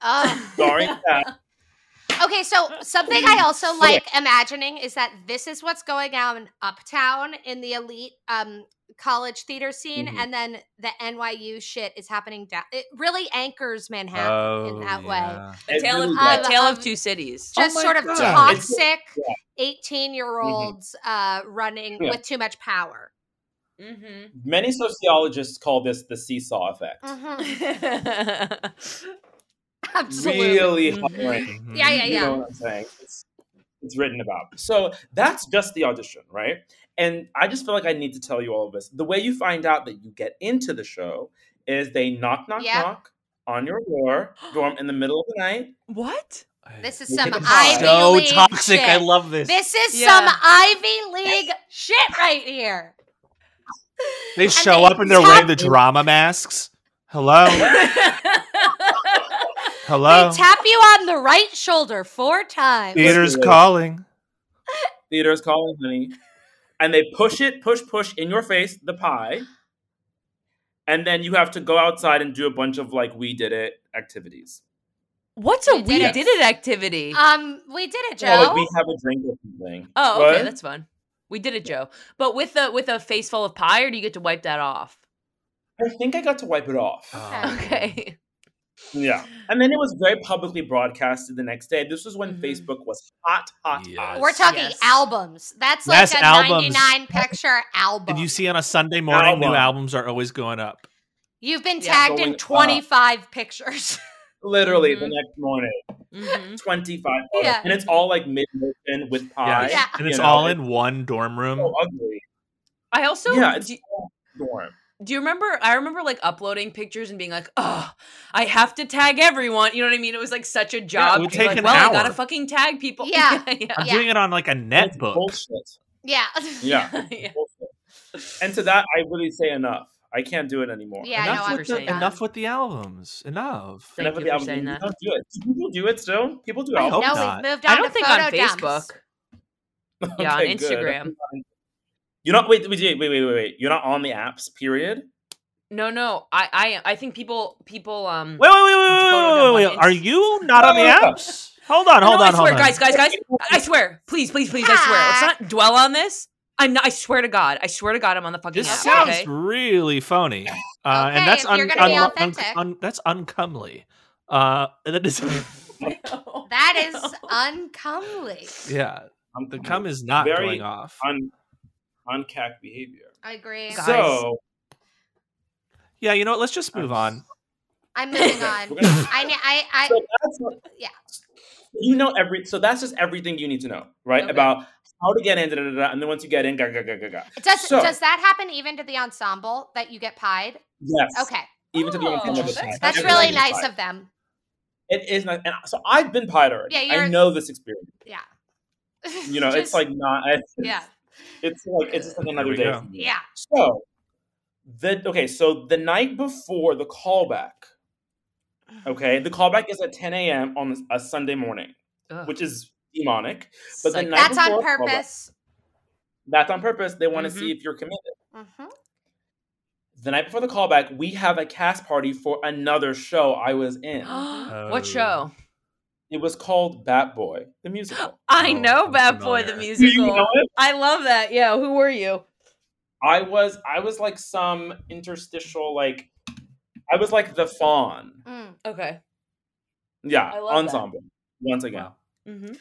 Speaker 3: Ugh.
Speaker 5: Sorry, CAC.
Speaker 3: Okay, so something I
Speaker 1: [laughs]
Speaker 3: also like imagining is that this is what's going on uptown in the elite um, college theater scene,
Speaker 1: Mm-hmm.
Speaker 5: Mhm.
Speaker 3: and then the NYU shit is happening down. It really anchors Manhattan in that way. [laughs]
Speaker 2: a
Speaker 5: It
Speaker 2: tale
Speaker 5: really
Speaker 2: of
Speaker 5: does.
Speaker 2: a tale
Speaker 3: Um,
Speaker 2: of two cities.
Speaker 1: Oh
Speaker 3: Just
Speaker 1: my
Speaker 3: sort of
Speaker 1: God.
Speaker 5: It's- Mm-hmm.
Speaker 3: toxic eighteen-year-olds uh, running
Speaker 5: Yeah.
Speaker 3: with too much power.
Speaker 2: Mm-hmm.
Speaker 5: Many sociologists call this the seesaw effect.
Speaker 1: Mm-hmm.
Speaker 3: [laughs] Mhm. Mm-hmm. Absolutely.
Speaker 5: Really
Speaker 2: Mhm.
Speaker 5: heartbreaking.
Speaker 1: Mm-hmm.
Speaker 3: Yeah, yeah,
Speaker 5: You
Speaker 3: yeah.
Speaker 5: know what I'm saying? It's, it's written about. So that's just the audition, right? And I just feel like I need to tell you all of this. The way you find out that you get into the show is they knock, knock,
Speaker 3: Yeah.
Speaker 5: knock on your door,
Speaker 3: [gasps]
Speaker 5: door in the middle of the night.
Speaker 2: [laughs]
Speaker 3: [laughs]
Speaker 2: What?
Speaker 1: [sighs]
Speaker 3: This is
Speaker 5: Look
Speaker 3: some
Speaker 5: at the
Speaker 3: Ivy
Speaker 1: so
Speaker 3: League
Speaker 1: toxic.
Speaker 3: shit.
Speaker 1: I love this.
Speaker 3: This is
Speaker 2: Yeah.
Speaker 3: some Ivy League shit right here.
Speaker 1: they
Speaker 3: and
Speaker 1: show
Speaker 3: they
Speaker 1: up and they're
Speaker 3: tap-
Speaker 1: wearing the drama masks.
Speaker 3: [laughs]
Speaker 1: Hello, hello.
Speaker 3: They tap you on the right shoulder four times.
Speaker 1: Theater's
Speaker 5: Literally.
Speaker 1: calling.
Speaker 5: Theater's calling, honey. And they push it, push, push in your face, the pie. And then you have to go outside and do a bunch of like we did it activities.
Speaker 2: What's a
Speaker 3: We
Speaker 2: we
Speaker 3: did
Speaker 2: did,
Speaker 3: it.
Speaker 2: it. activity?
Speaker 3: Um, we did it, Joe.
Speaker 5: Or, like, we have a drink or something.
Speaker 2: oh, okay,
Speaker 5: What?
Speaker 2: that's fun. We did it, Joe. But with a with a face full of pie, or do you get to wipe that off?
Speaker 5: I think I got to wipe it off.
Speaker 1: Oh.
Speaker 2: Okay. [laughs]
Speaker 5: Yeah. And then it was very publicly broadcasted the next day. This was when
Speaker 2: Mhm.
Speaker 5: Facebook was hot, hot, hot.
Speaker 1: Oh, Yes.
Speaker 3: We're talking
Speaker 2: Yes.
Speaker 3: albums. That's like
Speaker 1: Yes,
Speaker 3: a
Speaker 1: albums.
Speaker 3: 99
Speaker 1: [laughs]
Speaker 3: picture album.
Speaker 1: And you see on a Sunday morning, new
Speaker 5: Album.
Speaker 1: albums are always going up.
Speaker 3: You've been
Speaker 2: Yeah.
Speaker 3: tagged
Speaker 5: Going
Speaker 3: in
Speaker 5: up.
Speaker 3: 25 pictures. [laughs]
Speaker 5: Literally the
Speaker 2: Mhm.
Speaker 5: next morning,
Speaker 2: Mhm.
Speaker 5: 25.
Speaker 3: Yeah.
Speaker 5: And it's all like mid motion with pie.
Speaker 3: Yeah.
Speaker 1: And
Speaker 5: You
Speaker 1: it's
Speaker 5: know, Oh,
Speaker 1: all in one dorm room.
Speaker 5: So ugly.
Speaker 2: I also
Speaker 5: yeah, it's
Speaker 2: do,
Speaker 5: dorm.
Speaker 2: do you remember? I remember like uploading pictures and being like, "Oh, I have to tag everyone." You know what I mean? It was like such a job.
Speaker 1: it would
Speaker 2: to be
Speaker 1: take
Speaker 2: like,
Speaker 1: an
Speaker 2: well,
Speaker 1: hour.
Speaker 2: I gotta fucking tag people. [laughs]
Speaker 3: Yeah.
Speaker 2: yeah,
Speaker 1: I'm
Speaker 3: Yeah.
Speaker 1: doing it on like a
Speaker 5: That's
Speaker 1: netbook.
Speaker 5: Bullshit.
Speaker 3: yeah.
Speaker 5: Yeah.
Speaker 2: yeah.
Speaker 5: bullshit. And to that, I really say enough. I can't do it anymore.
Speaker 3: Yeah, I know,
Speaker 1: enough,
Speaker 3: I
Speaker 1: with the,
Speaker 2: understand.
Speaker 1: enough with the albums. Enough.
Speaker 2: Thank
Speaker 5: Enough of
Speaker 2: you
Speaker 5: the
Speaker 2: for
Speaker 5: album.
Speaker 2: saying
Speaker 5: You
Speaker 2: that.
Speaker 5: Don't do it. Do people do it still? People do
Speaker 1: I
Speaker 5: albums.
Speaker 1: hope
Speaker 3: [laughs] no,
Speaker 1: not.
Speaker 3: we've moved on
Speaker 2: I don't
Speaker 3: to
Speaker 2: think
Speaker 3: photo
Speaker 2: on
Speaker 3: dumps.
Speaker 2: Facebook.
Speaker 1: [laughs]
Speaker 5: Okay,
Speaker 2: Yeah, on
Speaker 5: good.
Speaker 2: Instagram.
Speaker 5: You're not wait, wait, wait, wait, wait, wait. You're not on the apps, period.
Speaker 2: No, no. I, I, I think people, people. Um.
Speaker 1: Wait, wait, wait, wait,
Speaker 2: Photo
Speaker 1: wait,
Speaker 2: dump
Speaker 1: wait,
Speaker 2: on
Speaker 1: wait. Are
Speaker 2: Inst-
Speaker 1: you not on the apps? Hold on, hold
Speaker 2: no,
Speaker 1: on,
Speaker 2: I
Speaker 1: hold
Speaker 2: swear,
Speaker 1: on.
Speaker 2: guys, guys, guys.
Speaker 1: [laughs]
Speaker 2: I swear. Please, please, please. I
Speaker 3: Ah.
Speaker 2: swear. Let's not dwell on this. I'm not. I swear to God. I swear to God. I'm on the fucking.
Speaker 1: This
Speaker 2: app,
Speaker 1: sounds
Speaker 2: okay?
Speaker 1: really phony, uh,
Speaker 3: Okay,
Speaker 1: and that's
Speaker 3: if you're
Speaker 1: un-
Speaker 3: gonna be
Speaker 1: un- un-
Speaker 3: authentic.
Speaker 1: un- that's uncomely. Uh, that
Speaker 5: [laughs]
Speaker 1: is,
Speaker 3: [laughs] That is uncomely.
Speaker 1: yeah.
Speaker 5: I'm
Speaker 1: The cum is not
Speaker 5: Very
Speaker 1: going off.
Speaker 5: on on cack behavior.
Speaker 3: I agree.
Speaker 2: Guys.
Speaker 5: So
Speaker 1: yeah, you know what? Let's just move on.
Speaker 3: I'm moving [laughs]
Speaker 5: Okay,
Speaker 3: on.
Speaker 5: we're gonna-
Speaker 3: I, ne- I, I,
Speaker 5: so that's what-
Speaker 3: Yeah.
Speaker 5: You know every so that's just everything you need to know, right?
Speaker 2: Okay.
Speaker 5: About how to get in, da, da, da, da, and then once you get in, ga, ga, ga, ga, ga.
Speaker 3: does,
Speaker 5: So-
Speaker 3: does that happen even to the ensemble that you get pied?
Speaker 5: Yes.
Speaker 3: Okay.
Speaker 5: Even to be
Speaker 2: Oh,
Speaker 5: on camera.
Speaker 2: that's-
Speaker 3: That's
Speaker 2: Everybody
Speaker 3: really
Speaker 2: is
Speaker 3: nice of them.
Speaker 5: It is nice. And so I've been pied already.
Speaker 3: Yeah,
Speaker 5: I
Speaker 3: you're-
Speaker 5: know this experience.
Speaker 3: Yeah. [laughs]
Speaker 5: You know, it's
Speaker 3: Just-
Speaker 5: like not. It's,
Speaker 3: Yeah.
Speaker 5: It's like it's just like another
Speaker 1: we
Speaker 5: day.
Speaker 1: go.
Speaker 5: for me.
Speaker 3: Yeah.
Speaker 5: So the okay, so the night before the callback, okay, the callback is at 10 a.m. on a Sunday morning,
Speaker 2: Ugh,
Speaker 5: which is demonic. But
Speaker 2: [gasps]
Speaker 5: the
Speaker 2: psycho.
Speaker 5: night
Speaker 3: That's on
Speaker 5: before a callback-
Speaker 3: purpose.
Speaker 5: That's on purpose. They want to
Speaker 2: Mhm.
Speaker 5: see if you're committed.
Speaker 3: hmm
Speaker 5: The night before the callback, we have a cast party for another show I was
Speaker 2: [gasps]
Speaker 5: in.
Speaker 1: Oh.
Speaker 2: what show?
Speaker 5: it was called Bat Boy, the musical.
Speaker 2: I
Speaker 1: Oh,
Speaker 2: know
Speaker 1: I'm
Speaker 2: Bad Boy the
Speaker 1: [laughs] familiar.
Speaker 2: [gasps]
Speaker 5: Do
Speaker 2: musical.
Speaker 5: you know it?
Speaker 2: I love that. Yeah, who were you?
Speaker 5: I was I was like some interstitial like I was like the fawn.
Speaker 3: Mm.
Speaker 2: Okay.
Speaker 5: Yeah,
Speaker 2: I love that.
Speaker 5: ensemble. Once again.
Speaker 2: Mm-hmm.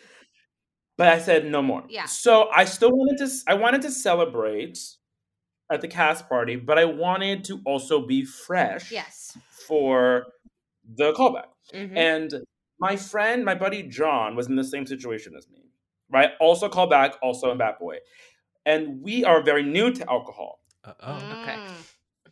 Speaker 5: But I said no more.
Speaker 3: Yeah.
Speaker 5: So I still wanted to s- I wanted to celebrate at the cast party, but I wanted to also be fresh
Speaker 3: Yes.
Speaker 5: for the callback.
Speaker 2: Mm-hmm.
Speaker 5: And my friend, my buddy John, was in the same situation as me, right? Also called back, also in Bat Boy. And we are very new to alcohol.
Speaker 1: Uh-oh.
Speaker 2: okay.
Speaker 3: Mm.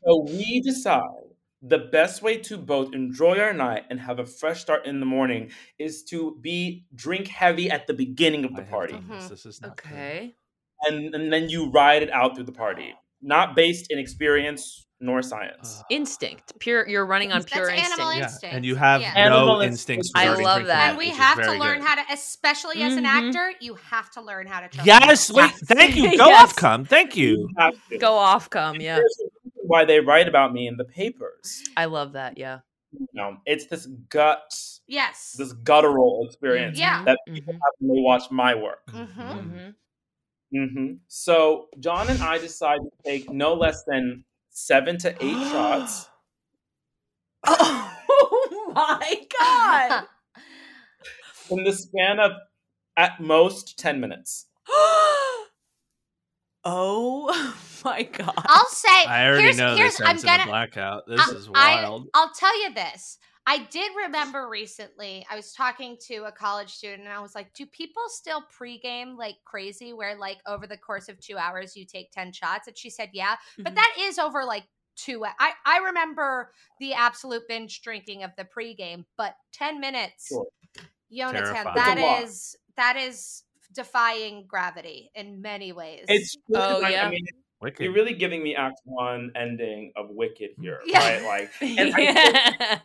Speaker 5: So we decide the best way to both enjoy our night and have a fresh start in the morning is to be drink heavy at the beginning of
Speaker 1: I
Speaker 5: the
Speaker 1: have
Speaker 5: party.
Speaker 1: done
Speaker 3: Mm-hmm.
Speaker 1: This. This is not good.
Speaker 2: Okay.
Speaker 5: And, and then you ride it out through the party, not based in experience nor science.
Speaker 1: Uh,
Speaker 2: Instinct. Pure. You're running on
Speaker 3: That's
Speaker 2: pure instinct.
Speaker 3: animal
Speaker 1: yeah.
Speaker 3: instinct.
Speaker 1: And you have
Speaker 3: Yeah.
Speaker 1: no
Speaker 5: Animal
Speaker 1: instincts.
Speaker 5: instinct. I
Speaker 1: regarding
Speaker 2: love
Speaker 1: drinking
Speaker 2: that.
Speaker 3: And we
Speaker 1: which is
Speaker 3: have to
Speaker 1: very
Speaker 3: learn
Speaker 1: good.
Speaker 3: how to, especially as an
Speaker 2: Mhm.
Speaker 3: actor, you have to learn how to. choke
Speaker 1: Yes,
Speaker 3: yourself.
Speaker 1: wait, thank
Speaker 3: [laughs]
Speaker 1: you. Go
Speaker 2: Yes.
Speaker 1: off, come. Thank you.
Speaker 5: have to.
Speaker 2: Go off, come. Yeah,
Speaker 5: Here's the reason why they write about me in the papers.
Speaker 2: I love that. Yeah.
Speaker 5: You know, it's this gut,
Speaker 3: Yes.
Speaker 5: this guttural experience
Speaker 3: Yeah.
Speaker 5: that people
Speaker 2: Mm-hmm.
Speaker 5: have when they watch my work.
Speaker 3: Mhm.
Speaker 5: hmm So John and I decided to take no less than seven to eight
Speaker 2: [gasps]
Speaker 5: shots.
Speaker 2: Oh [laughs] my [laughs]
Speaker 3: [laughs]
Speaker 2: god!
Speaker 5: in the span of at most 10 minutes.
Speaker 2: Oh my god. [laughs]
Speaker 3: I'll say
Speaker 1: I already
Speaker 3: here's,
Speaker 1: know
Speaker 3: here's
Speaker 1: this
Speaker 3: I'm
Speaker 1: ends in a
Speaker 3: gonna
Speaker 1: blackout. This
Speaker 3: I-
Speaker 1: is
Speaker 3: I-
Speaker 1: wild.
Speaker 3: I'll tell you this. I did remember recently, I was talking to a college student and I was like, do people still pregame like crazy where like over the course of two hours you take 10 shots? And she said, yeah, but
Speaker 5: Mm-hmm.
Speaker 2: Mhm.
Speaker 3: that is over like two. I, I remember the absolute binge drinking of the pregame, but 10 minutes,
Speaker 5: Sure.
Speaker 3: Yonatan,
Speaker 1: Terrifying.
Speaker 5: That's a
Speaker 3: that
Speaker 5: lot.
Speaker 3: is, that is defying gravity in many ways.
Speaker 5: It's really
Speaker 2: Oh,
Speaker 5: like,
Speaker 2: yeah.
Speaker 5: I mean,
Speaker 1: Wicked.
Speaker 5: you're really giving me Act One ending of Wicked here,
Speaker 3: Yeah.
Speaker 5: right? Like and I-
Speaker 2: yeah.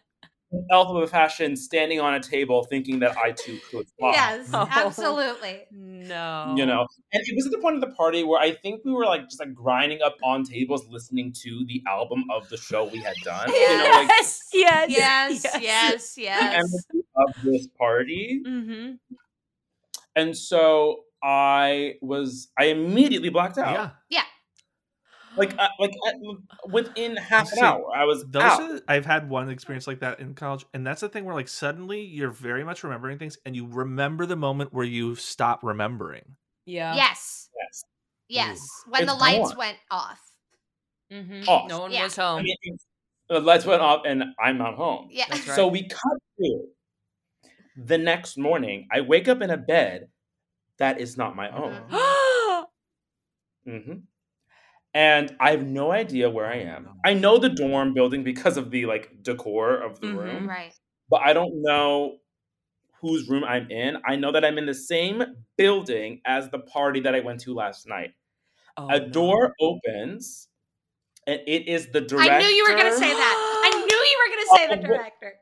Speaker 5: elf of a fashion standing on a table, thinking that I too could fly.
Speaker 3: yes,
Speaker 2: Oh.
Speaker 5: [laughs]
Speaker 3: absolutely.
Speaker 2: No.
Speaker 5: You know, and it was at the point of the party where I think we were like just like grinding up on tables, listening to the album of the show we had done. You know, like
Speaker 2: Yes, yes,
Speaker 3: Yes, yes,
Speaker 5: [laughs] the
Speaker 3: yes.
Speaker 5: energy of this party.
Speaker 2: Mm-hmm.
Speaker 5: And so I was, I immediately blacked out.
Speaker 1: yeah.
Speaker 5: Like, I, like I, within half an
Speaker 1: See,
Speaker 5: hour, I was
Speaker 1: Those
Speaker 5: out.
Speaker 1: are, the- I've had one experience like that in college, and that's the thing where like suddenly you're very much remembering things, and you remember the moment where you stop remembering.
Speaker 2: Yeah.
Speaker 3: Yes.
Speaker 5: Yes.
Speaker 3: Yes, when the
Speaker 5: It's
Speaker 3: lights
Speaker 5: gone.
Speaker 3: went off.
Speaker 2: Mm-hmm.
Speaker 5: Off.
Speaker 2: No one
Speaker 3: Yeah.
Speaker 2: was [gasps] home.
Speaker 5: Oh, I mean, the lights went off and I'm not home.
Speaker 3: Yeah.
Speaker 2: That's right.
Speaker 5: So we cut through. The next morning, I wake up in a bed that is not my own.
Speaker 3: [gasps] Mhm.
Speaker 2: Oh,
Speaker 5: hmm And I have no idea where I am. I know the dorm building because of the like decor of the
Speaker 2: Mhm.
Speaker 3: [laughs]
Speaker 5: room,
Speaker 3: Right.
Speaker 5: but I don't know whose room I'm in. I know that I'm in the same building as the party that I went to last night.
Speaker 2: Oh,
Speaker 5: a
Speaker 2: no.
Speaker 5: door opens, and it is the director.
Speaker 3: I knew you were going to say that. I knew you were going to say the
Speaker 5: Oh, wait.
Speaker 3: director.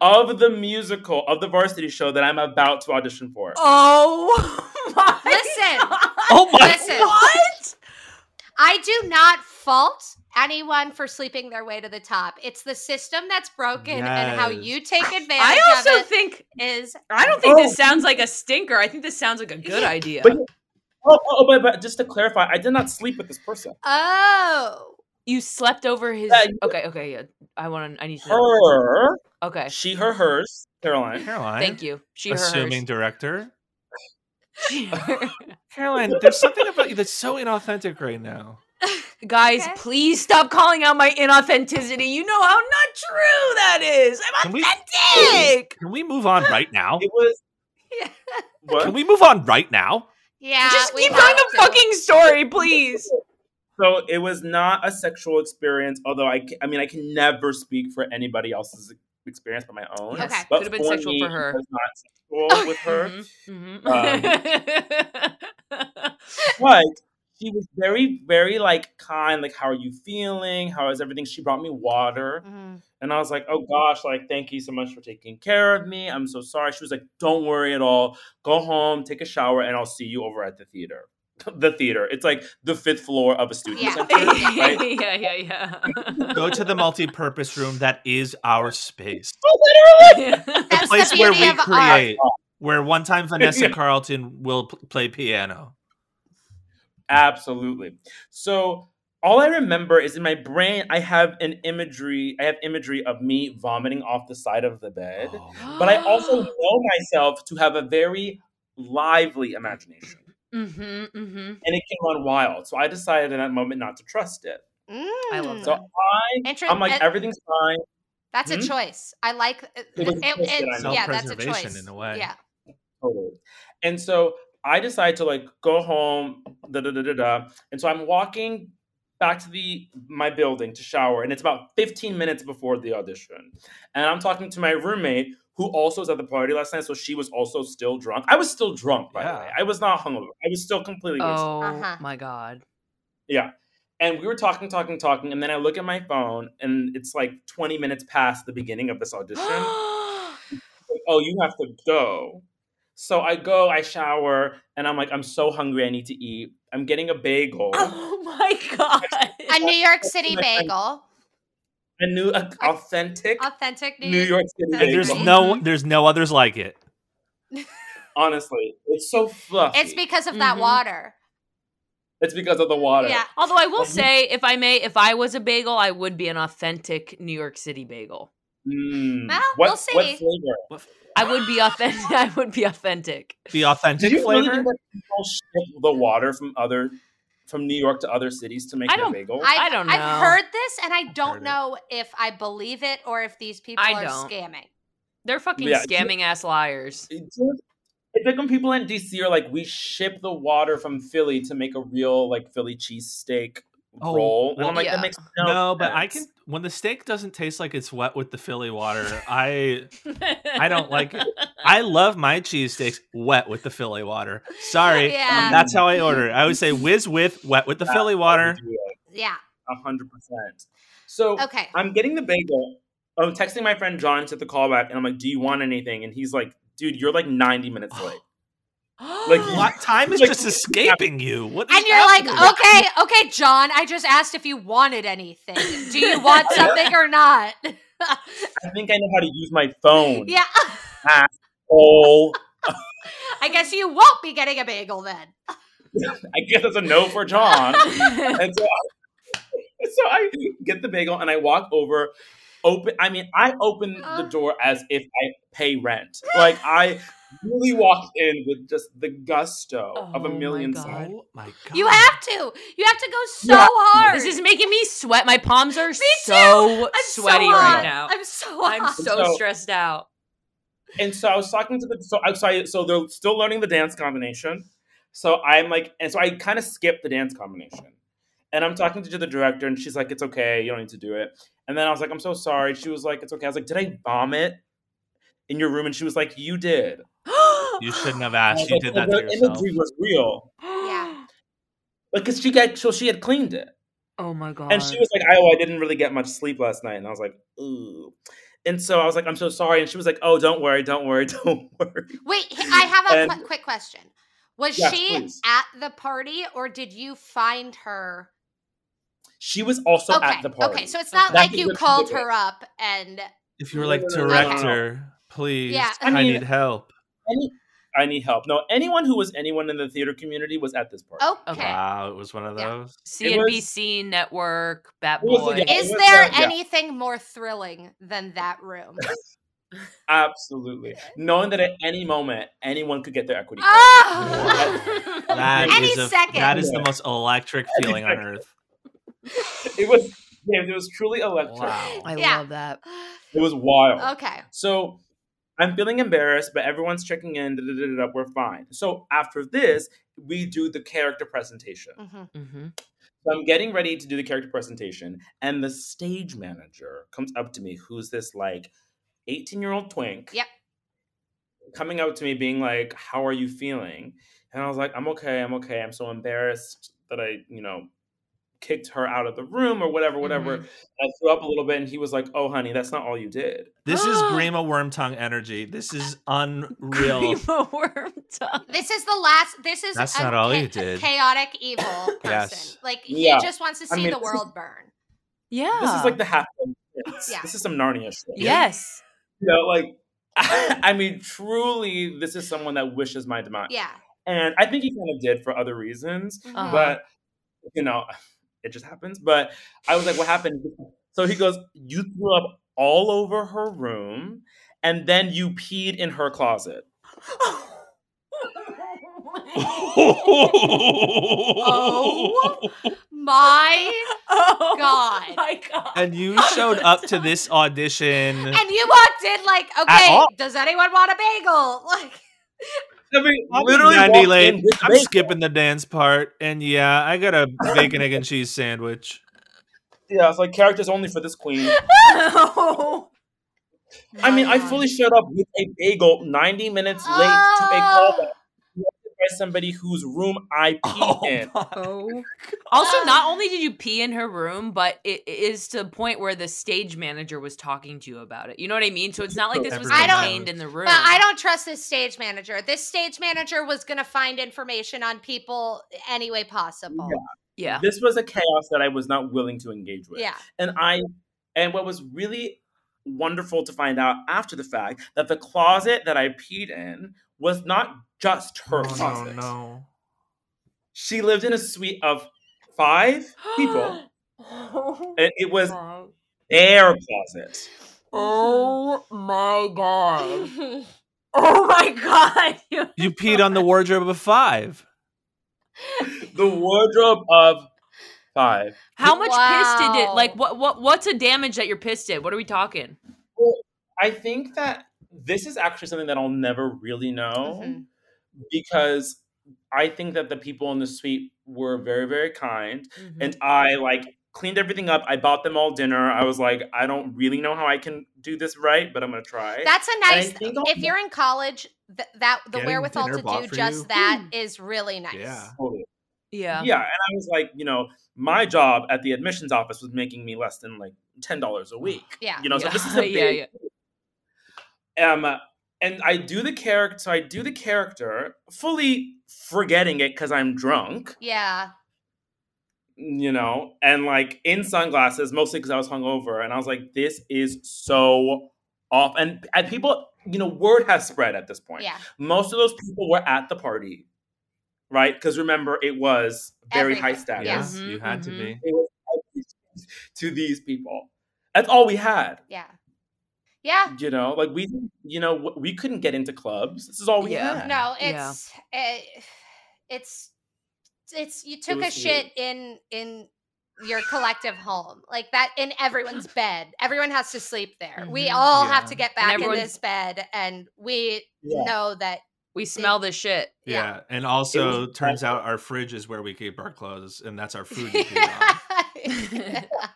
Speaker 5: of the musical of the varsity show that I'm about to audition for.
Speaker 2: Oh [laughs] my.
Speaker 3: Listen.
Speaker 2: God.
Speaker 1: Oh my!
Speaker 3: Listen.
Speaker 2: What?
Speaker 3: I do not fault anyone for sleeping their way to the top. It's the system that's broken and how
Speaker 1: Yes.
Speaker 3: you take advantage
Speaker 2: I also
Speaker 3: of it
Speaker 2: think
Speaker 3: is
Speaker 2: I don't think this
Speaker 5: Oh.
Speaker 2: sounds like a stinker. I think this sounds like a good idea.
Speaker 5: But- Oh, oh, oh, but, but just to clarify, I did not sleep with this person.
Speaker 3: oh.
Speaker 2: you slept over his.
Speaker 5: Yeah, you-
Speaker 2: Okay, okay, yeah. I want to. I need to. know.
Speaker 5: Her,
Speaker 2: Okay,
Speaker 5: she, her, hers, Caroline.
Speaker 1: Caroline,
Speaker 2: thank you. She
Speaker 1: Assuming
Speaker 2: assuming.
Speaker 1: director,
Speaker 5: [laughs]
Speaker 2: [laughs] Her.
Speaker 1: Caroline, there's something about you that's so inauthentic right now.
Speaker 2: Guys,
Speaker 3: Okay.
Speaker 2: please stop calling out my inauthenticity. You know how not true that is. I'm
Speaker 1: Can we-
Speaker 2: authentic.
Speaker 1: Can we move on right now?
Speaker 5: It was
Speaker 3: Yeah.
Speaker 1: Can
Speaker 5: what?
Speaker 1: we move on right now?
Speaker 3: Yeah.
Speaker 2: Just
Speaker 3: we
Speaker 2: keep telling
Speaker 3: have
Speaker 2: the
Speaker 3: to.
Speaker 2: fucking story, please.
Speaker 5: so it was not a sexual experience, although I, ca- I mean, I can never speak for anybody else's e, experience but my own.
Speaker 3: Yes, Okay.
Speaker 5: but
Speaker 2: could've been sexual
Speaker 5: me,
Speaker 2: for
Speaker 5: it
Speaker 2: her.
Speaker 5: was not sexual with [laughs] her.
Speaker 2: Mhm,
Speaker 5: Um,
Speaker 2: [laughs]
Speaker 5: But she was very, very like kind, like how are you feeling? How is everything? She brought me water.
Speaker 3: Mhm.
Speaker 5: And I was like, oh gosh, like, thank you so much for taking care of me. I'm so sorry. She was like, don't worry at all. Go home, take a shower, and I'll see you over at the theater. [laughs] The theater. It's like the fifth floor of a student
Speaker 3: Yeah.
Speaker 2: [laughs]
Speaker 5: center. Right?
Speaker 2: mhm. yeah, yeah, yeah.
Speaker 1: Go to the multi-purpose room that is our space, the
Speaker 3: That's the
Speaker 1: place where
Speaker 3: beauty
Speaker 1: we
Speaker 3: of art.
Speaker 1: create. Where one time Vanessa
Speaker 5: Yeah.
Speaker 1: Carlton will p- play piano.
Speaker 5: Absolutely. So all I remember is in my brain, I have an imagery, I have imagery of me vomiting off the side of the
Speaker 3: [gasps]
Speaker 5: bed.
Speaker 1: Oh.
Speaker 5: [laughs] But I
Speaker 2: [gasps]
Speaker 5: also know myself to have a very lively imagination.
Speaker 2: hmm hmm
Speaker 5: And it can run wild. So I decided in that moment not to trust it.
Speaker 2: I love
Speaker 3: Mm.
Speaker 5: So I
Speaker 3: Inter-
Speaker 5: I'm like,
Speaker 3: [laughs] and
Speaker 5: everything's fine.
Speaker 3: that's a
Speaker 5: Hmm?
Speaker 3: choice. I like uh, it,
Speaker 5: It was a choice that I
Speaker 3: it- yeah,
Speaker 5: made.
Speaker 3: that's a
Speaker 1: Self-preservation
Speaker 3: choice.
Speaker 1: in a way.
Speaker 3: Yeah.
Speaker 5: Totally. And so I decide to like go home, da da da da da. And so I'm walking back to the my building to shower, and it's about 15 minutes before the audition. And I'm talking to my roommate who also was at the party last night, so she was also still drunk. I was still drunk, by the way.
Speaker 1: Yeah.
Speaker 5: I was not hungover. I was still completely wasted.
Speaker 2: Oh
Speaker 3: Uh-huh.
Speaker 2: my god.
Speaker 5: And we were talking, talking, talking, and then I look at my phone, and it's like 20 minutes past the beginning of this audition.
Speaker 2: [gasps]
Speaker 5: like, oh, you have to go. So I go, I shower, and I'm like, I'm so hungry, I need to eat. I'm getting a bagel. a
Speaker 2: Oh my [laughs] god.
Speaker 3: A New York City
Speaker 5: my friend-
Speaker 3: bagel.
Speaker 5: new a, authentic
Speaker 3: Authentic
Speaker 5: New York City
Speaker 3: That's
Speaker 1: And there's
Speaker 5: bagel.
Speaker 3: great.
Speaker 1: no, there's no others like it.
Speaker 5: Honestly, it's so fluffy.
Speaker 3: It's because of that
Speaker 2: Mhm.
Speaker 3: water.
Speaker 5: It's because of the water.
Speaker 3: Yeah.
Speaker 2: Although I will
Speaker 5: Like, you-
Speaker 2: say, if I may, if I was a bagel, I would be an authentic New York City bagel.
Speaker 5: Mm.
Speaker 3: Well,
Speaker 5: what,
Speaker 3: we'll see.
Speaker 5: What flavor?
Speaker 2: I would be authentic. [laughs] I would be authentic.
Speaker 5: [laughs]
Speaker 1: The authentic
Speaker 5: Do you really
Speaker 1: flavor.
Speaker 5: think that people ship the water from other from New York to other cities to make
Speaker 2: I
Speaker 5: their
Speaker 2: don't-
Speaker 5: bagels?
Speaker 3: I've,
Speaker 2: I don't know.
Speaker 3: I've heard this, and I
Speaker 1: heard
Speaker 3: don't
Speaker 1: it.
Speaker 3: know if I believe it or if these people
Speaker 2: I
Speaker 3: are
Speaker 2: don't.
Speaker 3: scamming.
Speaker 2: They're fucking
Speaker 5: Yeah.
Speaker 2: scamming ass liars.
Speaker 5: It's it's like when people in DC are like, we ship the water from Philly to make a real like Philly cheesesteak
Speaker 1: Oh,
Speaker 5: roll. And
Speaker 1: well,
Speaker 5: I'm like,
Speaker 2: yeah.
Speaker 5: that makes no,
Speaker 1: no, but I can.
Speaker 5: sense.
Speaker 1: When the steak doesn't taste like it's wet with the Philly water,
Speaker 5: [laughs]
Speaker 1: I [laughs] I don't like
Speaker 2: [gasps]
Speaker 1: it. I love my cheesesteaks wet with the Philly water. Sorry,
Speaker 2: Um,
Speaker 3: Yeah.
Speaker 1: that's how I order. it. I
Speaker 5: [laughs]
Speaker 1: always say whiz with wet with the
Speaker 5: That's
Speaker 1: Philly water.
Speaker 5: Do it,
Speaker 3: Yeah.
Speaker 5: A hundred percent. So
Speaker 3: Okay.
Speaker 5: I'm getting the bagel. I'm texting my friend John to the callback, and I'm like, "Do you want anything?" And he's like, "Dude, you're like 90
Speaker 1: [sighs]
Speaker 5: minutes late." Like,
Speaker 1: What time is
Speaker 5: Like-
Speaker 1: just escaping you? What is
Speaker 3: And you're like, "Oh,
Speaker 1: happening?
Speaker 3: okay, okay, John. I just asked if you wanted anything. Do you want
Speaker 5: [laughs]
Speaker 3: something or not? [laughs]
Speaker 5: I think I know how to use my phone.
Speaker 3: yeah.
Speaker 5: Oh,
Speaker 3: I guess you won't be getting a bagel then.
Speaker 5: I guess that's a no
Speaker 3: [laughs]
Speaker 5: for John. and so I, [laughs] so I get the bagel and I walk over. Open. I mean, I open the
Speaker 2: Uh.
Speaker 5: door as if I pay rent. Like I really walked in with just the gusto of
Speaker 2: Oh my
Speaker 5: a million.
Speaker 2: God.
Speaker 5: signs.
Speaker 1: Oh my god!
Speaker 3: You have to. You have to go so
Speaker 5: Yeah.
Speaker 3: hard.
Speaker 2: [laughs] This is making me sweat. My palms are
Speaker 3: too.
Speaker 2: so
Speaker 3: I'm so
Speaker 2: sweaty
Speaker 3: hot.
Speaker 2: right now.
Speaker 3: I'm so hot.
Speaker 2: I'm so
Speaker 5: So-
Speaker 2: stressed out.
Speaker 5: And so I was talking to the so I'm sorry, so they're still learning the dance combination. So I'm like, and so I kind of skipped the dance combination. And I'm talking to the director, and she's like, "It's okay, you don't need to do it." And then I was like, "I'm so sorry." She was like, "It's okay." I was like, "Did I vomit in your room?" And she was like, "You did." [laughs]
Speaker 1: You shouldn't
Speaker 2: [gasps]
Speaker 1: have
Speaker 5: And I was
Speaker 1: asked. You
Speaker 5: like,
Speaker 1: did
Speaker 5: "Well,
Speaker 1: that to
Speaker 5: the
Speaker 1: yourself.
Speaker 5: imagery was real
Speaker 3: Yeah.
Speaker 5: because she got so she had cleaned it,
Speaker 2: Oh my god.
Speaker 5: and she was like, "Oh, I didn't really get much sleep last night." And I was like, "Ooh." And so I was like, "I'm so sorry," and she was like, "Oh, don't worry, don't worry, [laughs] don't worry."
Speaker 3: Wait, h- I have a
Speaker 5: And-
Speaker 3: qu- quick question. Was
Speaker 5: Yes,
Speaker 3: she
Speaker 5: please.
Speaker 3: at the party or did you find her?
Speaker 5: She was also
Speaker 3: okay.
Speaker 5: at the party.
Speaker 3: Okay, so it's not
Speaker 5: That's
Speaker 3: like you
Speaker 5: what she
Speaker 3: called
Speaker 5: did.
Speaker 3: her up and
Speaker 1: If you were like
Speaker 5: No, no, no,
Speaker 3: no, no, no.
Speaker 1: director, please,
Speaker 3: Yeah.
Speaker 1: I,
Speaker 5: I mean-
Speaker 1: need help.
Speaker 5: any I need help. No, anyone who was anyone in the theater community was at this party.
Speaker 3: okay.
Speaker 2: Okay.
Speaker 1: Wow, it was one of
Speaker 3: Yeah. [laughs]
Speaker 1: those.
Speaker 2: CNBC Network, Bat
Speaker 5: It was
Speaker 2: Boy.
Speaker 5: a- yeah, it
Speaker 3: Is
Speaker 5: was
Speaker 3: there
Speaker 5: a- yeah,
Speaker 3: anything more thrilling than that
Speaker 5: [laughs]
Speaker 3: room? [laughs]
Speaker 5: absolutely. Knowing that at any moment anyone could get their equity. card.
Speaker 3: Ah! oh!
Speaker 1: That
Speaker 3: Any
Speaker 1: is a-
Speaker 3: second.
Speaker 1: That is the most electric feeling on earth.
Speaker 5: It was yeah, it was truly electric.
Speaker 1: Wow.
Speaker 2: I
Speaker 3: Yeah.
Speaker 2: love that.
Speaker 5: It was wild.
Speaker 3: okay.
Speaker 5: So I'm feeling embarrassed, but everyone's checking in. Da, da, da, da, da, we're fine. So after this, we do the character presentation.
Speaker 3: hmm
Speaker 2: Mm-hmm.
Speaker 5: So I'm getting ready to do the character presentation, and the stage manager comes up to me, who's this like 18 year old twink.
Speaker 3: Yep.
Speaker 5: Coming up to me, being like, How are you feeling? And I was like, I'm okay, I'm okay. I'm so embarrassed that I, you know, kicked her out of the room or whatever, whatever. I threw up a little bit, and he was like, Oh, honey, that's not all you did.
Speaker 1: This is Grima Wormtongue energy. This is
Speaker 2: [laughs]
Speaker 1: unreal. [laughs]
Speaker 2: Grima worm tongue.
Speaker 3: This is the last. This is
Speaker 1: That's
Speaker 3: a
Speaker 1: not all
Speaker 3: cha-
Speaker 1: you
Speaker 3: a
Speaker 1: did.
Speaker 3: Chaotic
Speaker 5: [coughs]
Speaker 3: evil person.
Speaker 1: Yes.
Speaker 3: Like he
Speaker 5: Yeah.
Speaker 3: just wants to see
Speaker 5: I mean,
Speaker 3: the
Speaker 5: this is- [laughs]
Speaker 3: world burn.
Speaker 2: Yeah.
Speaker 5: This is like the half.
Speaker 3: Oh. Yeah.
Speaker 5: This is some Narnia shit.
Speaker 2: yes.
Speaker 5: You know, [laughs] like, I mean, truly, this is someone that wishes my demise.
Speaker 3: Yeah. Mm-hmm.
Speaker 5: And I think he kind of did for other reasons,
Speaker 2: Uh-huh.
Speaker 5: but you know, [sighs] it just happens. But I was like, what happened? So he goes, You threw up all over her room and then you peed in her closet.
Speaker 3: My
Speaker 2: [laughs] Oh
Speaker 3: God.
Speaker 2: [laughs] my god.
Speaker 1: and you showed up to this audition.
Speaker 3: and you walked in like, okay,
Speaker 1: all.
Speaker 3: does anyone want a bagel? [laughs] Like,
Speaker 5: I mean,
Speaker 1: I'm
Speaker 5: literally,
Speaker 1: 90
Speaker 5: walked
Speaker 1: late.
Speaker 5: in with
Speaker 1: I'm
Speaker 5: bacon.
Speaker 1: skipping the dance part, and yeah, I got a bacon egg and cheese sandwich.
Speaker 5: Yeah, it's like characters only for this queen.
Speaker 2: [laughs]
Speaker 5: I mean,
Speaker 1: Mm.
Speaker 5: I fully showed up with a bagel 90 minutes late to a callback by somebody whose room I peed
Speaker 1: Oh,
Speaker 5: in.
Speaker 3: Oh.
Speaker 2: Also, not only did you pee in her room, but it it is to the point where the stage manager was talking to you about it. You know what I mean? So it's not like this was
Speaker 3: Everyone
Speaker 2: contained
Speaker 1: knows.
Speaker 2: in the room.
Speaker 3: But I don't trust this stage manager. This stage manager was going to find information on people any way possible.
Speaker 6: [gasps]
Speaker 2: Yeah.
Speaker 5: This was a chaos that I was not willing to engage with.
Speaker 3: Yeah.
Speaker 5: and I and what was really wonderful to find out after the fact that the closet that I peed in was not just
Speaker 1: Oh,
Speaker 5: her closet. She lived in a suite of
Speaker 2: [gasps] Oh
Speaker 5: five people, and it was their closet.
Speaker 6: Oh my god.
Speaker 7: Um,
Speaker 3: [laughs] I
Speaker 2: [laughs] Oh my god! [laughs] You-
Speaker 1: You peed on the wardrobe of five.
Speaker 5: The wardrobe of five.
Speaker 2: How much piss did it?
Speaker 3: Wow.
Speaker 2: Like what? What? What's a damage that your piss did? What are we talking?
Speaker 5: I think that this is actually something that I'll never really know
Speaker 3: Mhm.
Speaker 5: because I think that the people in the suite were very, very kind.
Speaker 3: Mm-hmm.
Speaker 5: And I like cleaned everything up. I bought them all dinner. I was like, I don't really know how I can do this right, but I'm gonna try.
Speaker 3: That's a
Speaker 5: And I
Speaker 3: nice.
Speaker 5: think I'll-
Speaker 3: If you're in college, th- that the
Speaker 7: Getting
Speaker 3: wherewithal
Speaker 7: dinner
Speaker 3: to
Speaker 7: bought
Speaker 3: do
Speaker 7: for
Speaker 3: just
Speaker 7: you? Hmm.
Speaker 3: that is really nice.
Speaker 7: Yeah.
Speaker 5: [laughs] Totally.
Speaker 2: yeah.
Speaker 5: yeah and i was like you know my job at the admissions office was making me less than like $10 a week
Speaker 3: Yeah.
Speaker 5: you know so this
Speaker 3: [laughs]
Speaker 5: is a big
Speaker 2: [laughs] Yeah, yeah.
Speaker 5: um and i do the character so i do the character fully forgetting it because i'm drunk
Speaker 3: Yeah.
Speaker 5: you know and like in sunglasses mostly because i was hungover and i was like this is so off and, and people you know word has spread at this point
Speaker 3: Yeah.
Speaker 5: most of those people were at the party right because remember it was very high
Speaker 3: Everything,
Speaker 5: status [laughs]
Speaker 3: Yeah.
Speaker 1: Yes, you had to be.
Speaker 5: It was everything to these people. That's all we had.
Speaker 3: Yeah. Yeah.
Speaker 5: You know, like we, you know, w- we couldn't get into clubs. This is all we
Speaker 2: Yeah.
Speaker 5: had.
Speaker 3: No,
Speaker 2: Yeah.
Speaker 3: it's eh, it's it's you took a
Speaker 5: was weird.
Speaker 3: shit in in your collective home like that in everyone's bed. Everyone has to sleep there. We
Speaker 2: Mhm.
Speaker 3: all have to
Speaker 7: Yeah.
Speaker 3: get
Speaker 2: And
Speaker 3: back in
Speaker 2: everyone's-
Speaker 3: this bed, and we
Speaker 5: Yeah.
Speaker 3: know that.
Speaker 2: We smell this shit.
Speaker 7: Yeah.
Speaker 3: Yeah.
Speaker 7: And also, turns out our fridge is where we keep our clothes, and that's our
Speaker 3: [laughs]
Speaker 7: food. we keep on.
Speaker 3: Yeah.
Speaker 5: [laughs]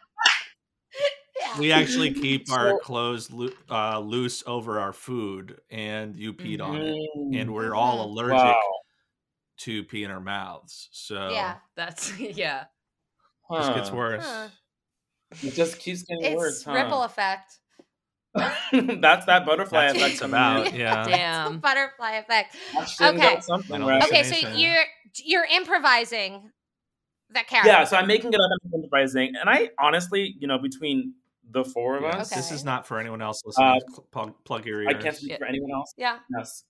Speaker 7: We actually keep
Speaker 5: So-
Speaker 7: our clothes loo- uh, loose over our food, and you peed on it, and we're all
Speaker 3: Mhm.
Speaker 7: allergic
Speaker 5: Mm-hmm. wow.
Speaker 7: to pee in our mouths. So
Speaker 3: yeah.
Speaker 2: That's [laughs] yeah.
Speaker 7: this gets
Speaker 5: Huh.
Speaker 7: worse.
Speaker 3: Huh.
Speaker 5: It just keeps getting worse.
Speaker 3: It's
Speaker 5: huh? [laughs]
Speaker 3: ripple effect. [laughs]
Speaker 5: That's that butterfly
Speaker 7: That's what
Speaker 5: effect
Speaker 7: it's
Speaker 5: coming in.
Speaker 7: [laughs] about. Yeah.
Speaker 3: It's the
Speaker 2: Damn.
Speaker 3: butterfly effect.
Speaker 5: That shouldn't
Speaker 3: Okay.
Speaker 5: get Something,
Speaker 7: That'll
Speaker 5: right?
Speaker 7: That's
Speaker 3: Okay, so
Speaker 7: amazing.
Speaker 3: you're you're improvising that character.
Speaker 5: Yeah. So I'm making it up and improvising, and I honestly, you know, between the four of
Speaker 7: Yeah,
Speaker 5: us,
Speaker 7: This is
Speaker 3: Okay.
Speaker 7: not for anyone else listening.
Speaker 5: Uh,
Speaker 7: Cl- plug, plug your
Speaker 5: I
Speaker 7: ears.
Speaker 5: can't speak for anyone else.
Speaker 3: Yeah.
Speaker 5: Yes.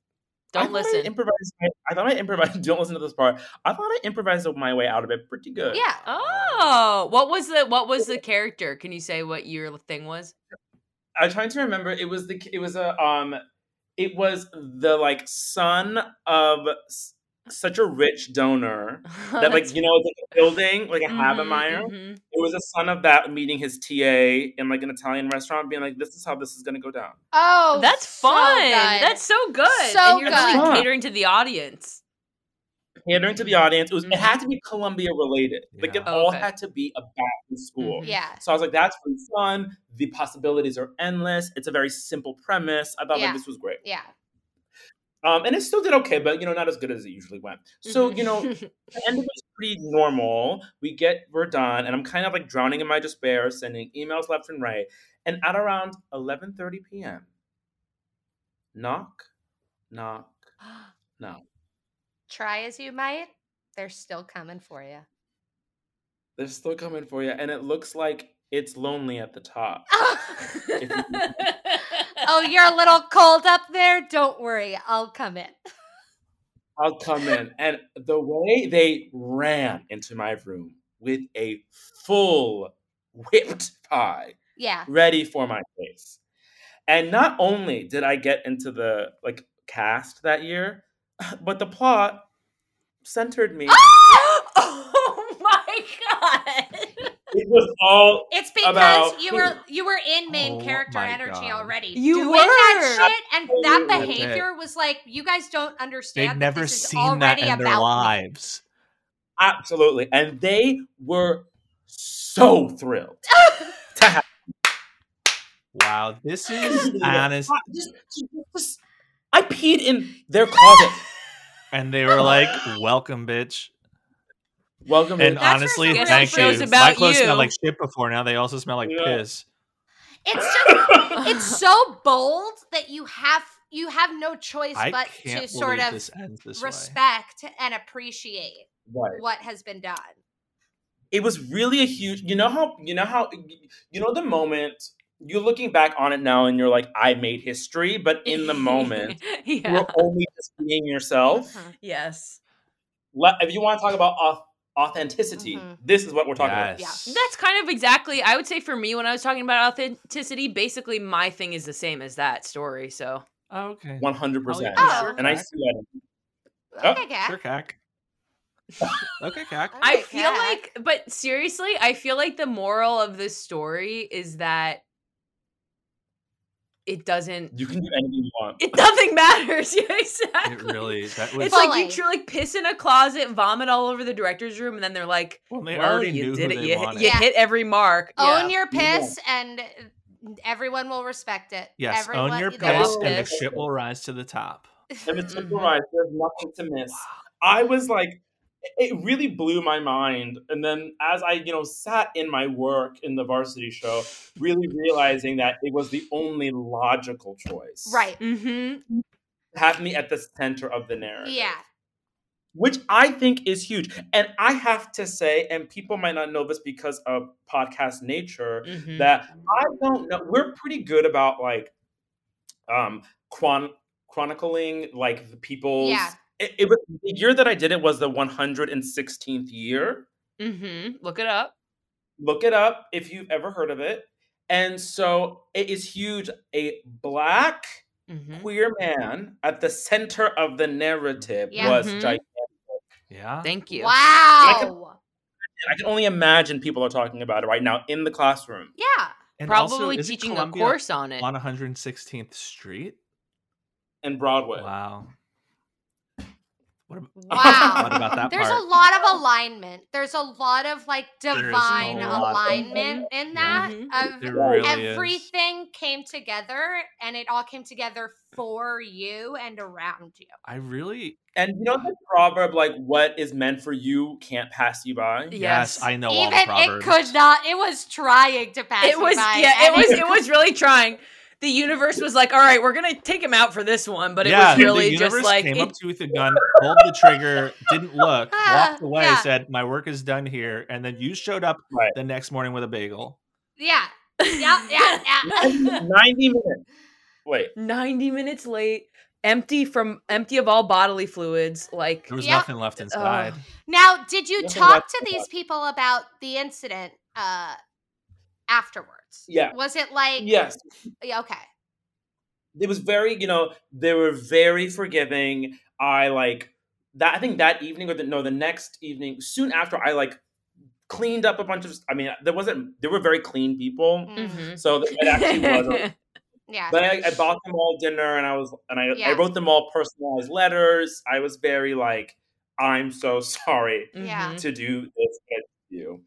Speaker 5: I
Speaker 2: Don't
Speaker 5: thought I,
Speaker 2: listen.
Speaker 5: improvised my- I thought I improvised. [laughs] Don't listen to this part. I thought I improvised my way out of it pretty good.
Speaker 3: Yeah.
Speaker 2: Oh, what was the what was
Speaker 5: [laughs]
Speaker 2: the character? Can you say what your thing was?
Speaker 5: I'm trying to remember. It was the. It was a. Um. It was the like son of s- such a rich donor
Speaker 2: [laughs]
Speaker 5: that like you know it's like a building like a
Speaker 2: Mm-hmm,
Speaker 5: Havemeyer.
Speaker 2: Mhm,
Speaker 5: It was a son of that meeting his TA in like an Italian restaurant, being like, "This is how this is gonna go down."
Speaker 3: Oh,
Speaker 2: mhm. That's
Speaker 3: so
Speaker 2: fun.
Speaker 3: good.
Speaker 2: That's so good.
Speaker 3: So
Speaker 2: and you're
Speaker 5: good.
Speaker 2: really
Speaker 5: Fun.
Speaker 2: catering to the audience.
Speaker 5: Pandering to the audience. It was.
Speaker 2: Mhm.
Speaker 5: It had to be Columbia related. Like it
Speaker 7: Yeah.
Speaker 5: all
Speaker 2: Okay.
Speaker 5: had to be about the school.
Speaker 2: Mhm.
Speaker 3: yeah.
Speaker 5: So I was like, that's really fun. The possibilities are endless. It's a very simple premise. I thought
Speaker 3: Yeah.
Speaker 5: like this was great.
Speaker 3: Yeah.
Speaker 5: Um, and it still did okay, but you know, not as good as it usually went. So,
Speaker 2: Mm-hmm.
Speaker 5: you know, the end of it's pretty normal. We get we're done, and I'm kind of like drowning in my despair, sending emails left and right. And at around 11:30 p.m., knock, knock, knock.
Speaker 3: Try as you might, they're still coming for
Speaker 2: [laughs]
Speaker 3: you.
Speaker 5: They're still coming for you, and it looks like it's lonely at the top.
Speaker 2: [laughs]
Speaker 3: oh, you're a little cold up there. Don't worry, I'll come in.
Speaker 5: I'll come in. And the way they ran into my room with a full whipped pie
Speaker 3: Yeah.
Speaker 5: ready for my face. And not only did I get into the like cast that year, [laughs] but the plot centered [gasps] me.
Speaker 2: [gasps] oh my god.
Speaker 5: it was all
Speaker 3: It's because
Speaker 5: About-
Speaker 3: you were you were in main
Speaker 7: Oh
Speaker 3: character
Speaker 7: my
Speaker 3: energy
Speaker 7: God.
Speaker 3: already.
Speaker 2: You
Speaker 3: doing
Speaker 2: were.
Speaker 3: that shit and that
Speaker 5: Absolutely.
Speaker 3: behavior was like you guys don't understand.
Speaker 1: They've
Speaker 3: that
Speaker 1: never
Speaker 3: this is
Speaker 1: seen that
Speaker 3: already
Speaker 1: in their
Speaker 3: about me."
Speaker 1: lives.
Speaker 5: absolutely. And they were so [laughs] thrilled to have
Speaker 1: Wow, this is honest.
Speaker 5: [laughs] Just- just- just- I peed in their [laughs] closet.
Speaker 1: And they were like, "Welcome, bitch."
Speaker 5: Welcome to
Speaker 1: And
Speaker 5: the
Speaker 3: That's where
Speaker 1: honestly,
Speaker 3: some real
Speaker 1: thank
Speaker 3: show's
Speaker 1: you. My
Speaker 2: about
Speaker 1: clothes
Speaker 2: you.
Speaker 1: smelled like shit before. Now they also smell like
Speaker 5: Yeah.
Speaker 1: piss.
Speaker 3: It's just
Speaker 5: [laughs]
Speaker 3: it's
Speaker 1: [laughs]
Speaker 3: so bold that you have you have no choice
Speaker 1: I
Speaker 3: but
Speaker 1: can't
Speaker 3: to sort
Speaker 1: believe
Speaker 3: of
Speaker 1: this ends this way.
Speaker 3: respect and appreciate
Speaker 5: Right.
Speaker 3: what has been done.
Speaker 5: it was really a huge you know how you know how you know the moment you're looking back on it now and you're like i made history but in [laughs] the moment
Speaker 2: [laughs] yeah. Mm-hmm.
Speaker 5: you're only just being yourself
Speaker 3: Mhm.
Speaker 2: Yes.
Speaker 5: Le- if you want to talk about authenticity.
Speaker 3: Mhm.
Speaker 5: This is what we're talking about.
Speaker 1: Yes.
Speaker 2: That's kind of exactly. I would say for me when I was talking about authenticity, basically my thing is the same as that story. So
Speaker 1: Oh, okay.
Speaker 5: One hundred percent.
Speaker 3: Oh.
Speaker 5: And I see that. Oh,
Speaker 3: Okay, Gak.
Speaker 7: Sure,
Speaker 5: [laughs]
Speaker 7: cack. okay, cack.
Speaker 2: [laughs]
Speaker 3: All
Speaker 2: I
Speaker 3: right,
Speaker 2: feel
Speaker 3: Gak.
Speaker 2: like, but seriously, I feel like the moral of this story is that it doesn't.
Speaker 5: You can do anything you want.
Speaker 2: It nothing matters. [laughs] Yeah, exactly.
Speaker 7: It really that was
Speaker 2: It's
Speaker 3: Well,
Speaker 2: like you
Speaker 3: like-
Speaker 2: truly like piss in a closet, vomit all over the director's room, and then they're like,
Speaker 7: well, they
Speaker 2: "Well,
Speaker 7: already
Speaker 2: you
Speaker 7: knew
Speaker 2: did
Speaker 7: who
Speaker 2: it.
Speaker 7: they
Speaker 2: You, hit-
Speaker 7: wanted.
Speaker 2: you hit every mark."
Speaker 3: own
Speaker 2: yeah.
Speaker 3: your
Speaker 5: Yeah.
Speaker 3: piss and everyone will respect it.
Speaker 1: Yes,
Speaker 3: everyone,
Speaker 1: own
Speaker 3: [laughs]
Speaker 1: your
Speaker 3: they
Speaker 1: piss
Speaker 3: will-
Speaker 1: and the
Speaker 2: piss.
Speaker 1: ship will rise to the top.
Speaker 5: And
Speaker 3: Mm-hmm.
Speaker 5: it's simple
Speaker 2: Mhm.
Speaker 5: right. There's nothing to miss. I was like, it really blew my mind. And then as I, you know, sat in my work in the varsity show, really realizing that it was the only logical choice.
Speaker 3: right.
Speaker 2: Mm-hmm.
Speaker 5: Have me at the center of the narrative.
Speaker 3: Yeah.
Speaker 5: Which I think is huge. And I have to say, and people might not know this because of podcast nature,
Speaker 2: Mm-hmm.
Speaker 5: that I don't know. We're pretty good about like um chron- chronicling like the people's
Speaker 3: Yeah.
Speaker 5: It, it was the year that I did it was the 116th year.
Speaker 2: Mm-hmm. Look it up.
Speaker 5: Look it up if you've ever heard of it. And so it is huge. A black
Speaker 2: Mm-hmm.
Speaker 5: queer man at the center of the narrative
Speaker 3: Yeah.
Speaker 5: was
Speaker 2: Mhm.
Speaker 5: gigantic.
Speaker 7: Yeah.
Speaker 2: Thank you.
Speaker 3: Wow.
Speaker 5: I can only imagine people are talking about it right now in the classroom.
Speaker 3: Yeah.
Speaker 1: [laughs] And also,
Speaker 2: Probably
Speaker 1: isn't
Speaker 2: teaching
Speaker 1: Columbia
Speaker 2: a course on it.
Speaker 1: on 116th Street.
Speaker 5: And Broadway.
Speaker 1: Wow. What ab-
Speaker 3: Wow.
Speaker 1: What about that
Speaker 3: Oh, There's
Speaker 1: part?
Speaker 3: a lot of alignment. There's a lot of like
Speaker 1: is a
Speaker 3: divine
Speaker 1: lot.
Speaker 3: alignment in that. Of
Speaker 1: There really is.
Speaker 3: everything came together, and it all came together for you and around you.
Speaker 1: I really
Speaker 5: And you know the proverb, like, what is meant for you can't pass you by?
Speaker 1: yes,
Speaker 2: Yes.
Speaker 1: I know all
Speaker 3: Even
Speaker 1: the
Speaker 3: it
Speaker 1: proverbs.
Speaker 3: could not. It was trying to pass.
Speaker 2: it
Speaker 3: you
Speaker 2: was
Speaker 3: by,
Speaker 2: yeah, it
Speaker 3: and
Speaker 2: was
Speaker 3: [laughs]
Speaker 2: it was really trying. The universe was like, all right, we're gonna take him out for this one, but it
Speaker 1: yeah,
Speaker 2: was really
Speaker 1: the
Speaker 2: just
Speaker 1: universe
Speaker 2: like
Speaker 1: came
Speaker 2: it- [laughs]
Speaker 1: up to you with a gun, pulled the trigger, didn't look,
Speaker 3: Ah,
Speaker 1: walked away,
Speaker 3: yeah.
Speaker 1: said, "My work is done here," and then you showed up
Speaker 5: Right.
Speaker 1: the next morning with a bagel.
Speaker 3: Yeah. Yeah. Yeah.
Speaker 1: [laughs]
Speaker 5: [laughs]
Speaker 3: Yeah.
Speaker 2: [laughs]
Speaker 5: 90 minutes. Wait.
Speaker 2: 90 minutes late, empty from empty of all bodily fluids, like
Speaker 1: There was
Speaker 3: Yeah.
Speaker 1: nothing left inside.
Speaker 3: Now, did you
Speaker 5: Nothing
Speaker 3: talk
Speaker 5: left
Speaker 3: to
Speaker 5: to
Speaker 3: these people about the incident uh afterwards?
Speaker 5: Yeah.
Speaker 3: Was it like
Speaker 5: Yes.
Speaker 3: Yeah, okay.
Speaker 5: It was very, you know, they were very forgiving. I like that. I think that evening or the, no, the next evening, soon after, I like cleaned up a bunch of, I mean, there wasn't, they were very clean people.
Speaker 3: Mm,
Speaker 2: Mhm.
Speaker 5: So it actually was a
Speaker 2: [laughs]
Speaker 3: Yeah.
Speaker 5: But I, I bought them all dinner, and I was, and I, I
Speaker 3: Yeah.
Speaker 5: wrote them all personalized letters. I was very like, I'm so [laughs] sorry
Speaker 3: Yeah.
Speaker 2: Mhm.
Speaker 5: to do this with you,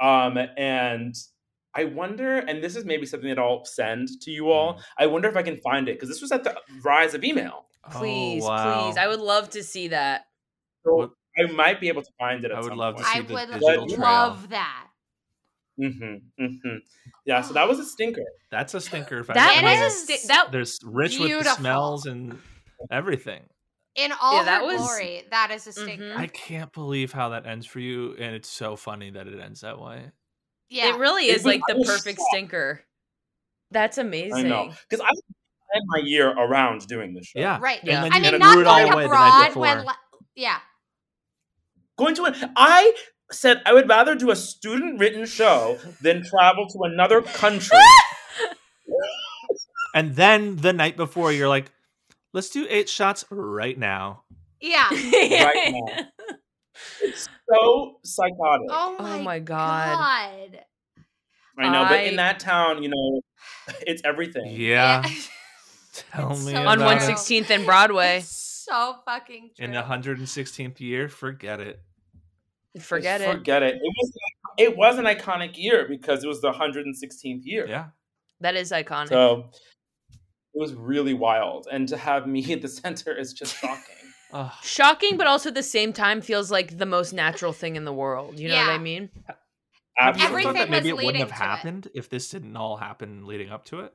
Speaker 5: um, and I wonder, and this is maybe something that I'll send to you all.
Speaker 1: Mm-hmm.
Speaker 5: I wonder if I can find it because this was at the rise of email.
Speaker 2: Please,
Speaker 1: oh, wow.
Speaker 2: please. I would love to see that.
Speaker 5: So
Speaker 1: What-
Speaker 5: I might be able to find it. At
Speaker 1: I would
Speaker 5: some
Speaker 1: love to
Speaker 5: point.
Speaker 1: see
Speaker 3: I
Speaker 1: the
Speaker 3: would
Speaker 1: digital trail.
Speaker 3: love that.
Speaker 5: Mm-hmm, mm-hmm. Yeah, so that was a stinker.
Speaker 1: That's a stinker. If I
Speaker 2: That
Speaker 1: remember.
Speaker 2: was a sti- that
Speaker 1: There's rich with the
Speaker 3: beautiful.
Speaker 1: smells and everything.
Speaker 3: In all
Speaker 2: Yeah, that
Speaker 3: her
Speaker 2: was-
Speaker 3: glory, that is a stinker.
Speaker 2: Mhm.
Speaker 1: I can't believe how that ends for you, and it's so funny that it ends that way.
Speaker 3: Yeah.
Speaker 2: it really is
Speaker 5: It was-
Speaker 2: like
Speaker 5: I
Speaker 2: the
Speaker 5: was
Speaker 2: perfect
Speaker 5: shocked.
Speaker 2: stinker. That's amazing. [laughs]
Speaker 5: I know because I spent my year around doing this show.
Speaker 1: Yeah,
Speaker 3: Right.
Speaker 2: Yeah.
Speaker 1: And then
Speaker 3: I
Speaker 1: you
Speaker 3: mean,
Speaker 1: blew
Speaker 3: not
Speaker 1: it all
Speaker 3: going
Speaker 1: away the night
Speaker 3: abroad when,
Speaker 1: before.
Speaker 3: la- yeah,
Speaker 5: going to an i said i would rather do a student written show than travel to another
Speaker 3: [laughs]
Speaker 5: country
Speaker 1: And then the night before, you're like, let's do eight shots right now.
Speaker 3: yeah.
Speaker 5: Right
Speaker 2: Oh
Speaker 5: now. so psychotic
Speaker 3: Oh my,
Speaker 2: Oh my god.
Speaker 3: god.
Speaker 5: i know but
Speaker 2: I-
Speaker 5: in that town you know [sighs] it's everything
Speaker 1: Yeah.
Speaker 3: [laughs]
Speaker 1: Tell
Speaker 3: It's
Speaker 1: me
Speaker 3: so
Speaker 2: On
Speaker 1: about
Speaker 3: true.
Speaker 1: it.
Speaker 3: 116th
Speaker 2: 116th and Broadway.
Speaker 3: It's so fucking true.
Speaker 1: In the 116th year, forget it.
Speaker 2: Forget
Speaker 5: Just
Speaker 2: it.
Speaker 5: forget it it was it was an iconic year because it was the 116th year
Speaker 1: Yeah.
Speaker 2: That is iconic.
Speaker 5: so it was really wild and to have me [laughs] at the center is just shocking
Speaker 1: Ugh.
Speaker 2: Shocking, but also at the same time feels like the most natural thing in the world. You know what I
Speaker 3: Yeah.
Speaker 2: mean?
Speaker 1: [laughs] Have you ever
Speaker 5: Absolutely.
Speaker 1: thought that
Speaker 3: Everything
Speaker 1: maybe it
Speaker 3: was
Speaker 1: wouldn't have
Speaker 3: leading to it.
Speaker 1: happened if this didn't all happen leading up to it?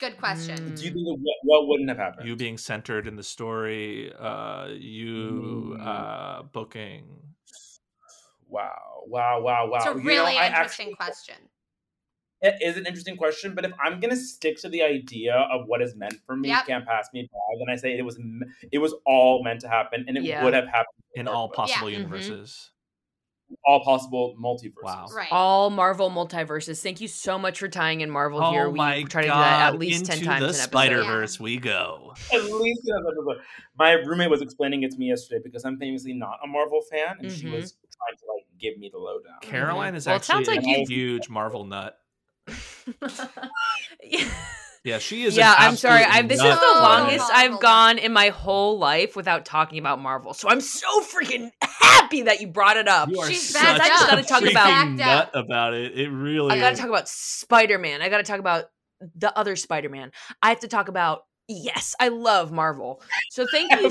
Speaker 3: Good question.
Speaker 2: Mm.
Speaker 5: do you think of what, what wouldn't have happened
Speaker 1: You being centered in the story, uh, you
Speaker 5: Mm.
Speaker 1: uh, booking.
Speaker 5: wow wow wow wow
Speaker 3: It's a
Speaker 5: You know,
Speaker 3: really
Speaker 5: I
Speaker 3: interesting
Speaker 5: actually-
Speaker 3: question.
Speaker 5: It is an interesting question, but if I'm gonna stick to the idea of what is meant for me,
Speaker 3: Yep.
Speaker 5: can't pass me by, then I say it was m- it was all meant to happen, and it
Speaker 2: Yeah.
Speaker 5: would have happened
Speaker 1: in all
Speaker 5: possible.
Speaker 1: possible
Speaker 3: Mm-hmm.
Speaker 2: Yeah. Mhm.
Speaker 1: universes.
Speaker 5: all possible multiverses.
Speaker 1: Wow.
Speaker 3: Right.
Speaker 2: all Marvel multiverses. Thank you so so much for tying in Marvel here.
Speaker 1: oh
Speaker 2: We
Speaker 1: my
Speaker 2: try to
Speaker 1: god!
Speaker 2: do that at least ten
Speaker 1: Into
Speaker 2: times.
Speaker 1: the
Speaker 2: an episode. Mm-hmm.
Speaker 1: Spider Verse, we go.
Speaker 5: At least you have another. My roommate was explaining it to me yesterday because I'm famously not a Marvel fan, and she
Speaker 2: Mhm.
Speaker 5: was trying to like give me the lowdown. [laughs]
Speaker 1: Caroline is
Speaker 2: Well, it
Speaker 1: actually
Speaker 2: sounds
Speaker 1: a
Speaker 2: like you-
Speaker 1: huge Marvel nut.
Speaker 2: [laughs] yeah,
Speaker 1: Yeah, she is. an
Speaker 2: Yeah, I'm sorry.
Speaker 1: absolute
Speaker 2: I, this
Speaker 1: nut
Speaker 2: is the
Speaker 1: for
Speaker 2: longest
Speaker 1: Marvel.
Speaker 2: I've
Speaker 3: Marvel.
Speaker 2: gone in my whole life without talking about Marvel. So I'm so freaking happy that you brought it up.
Speaker 1: You are
Speaker 3: She's
Speaker 1: such
Speaker 3: backed
Speaker 1: a
Speaker 3: up.
Speaker 2: I just gotta talk
Speaker 1: freaking
Speaker 3: about-
Speaker 1: nut about it. It really.
Speaker 2: I gotta
Speaker 1: is.
Speaker 2: talk about Spider Man. I gotta talk about the other Spider Man. I have to talk about yes, I love Marvel. So thank you.
Speaker 5: Talk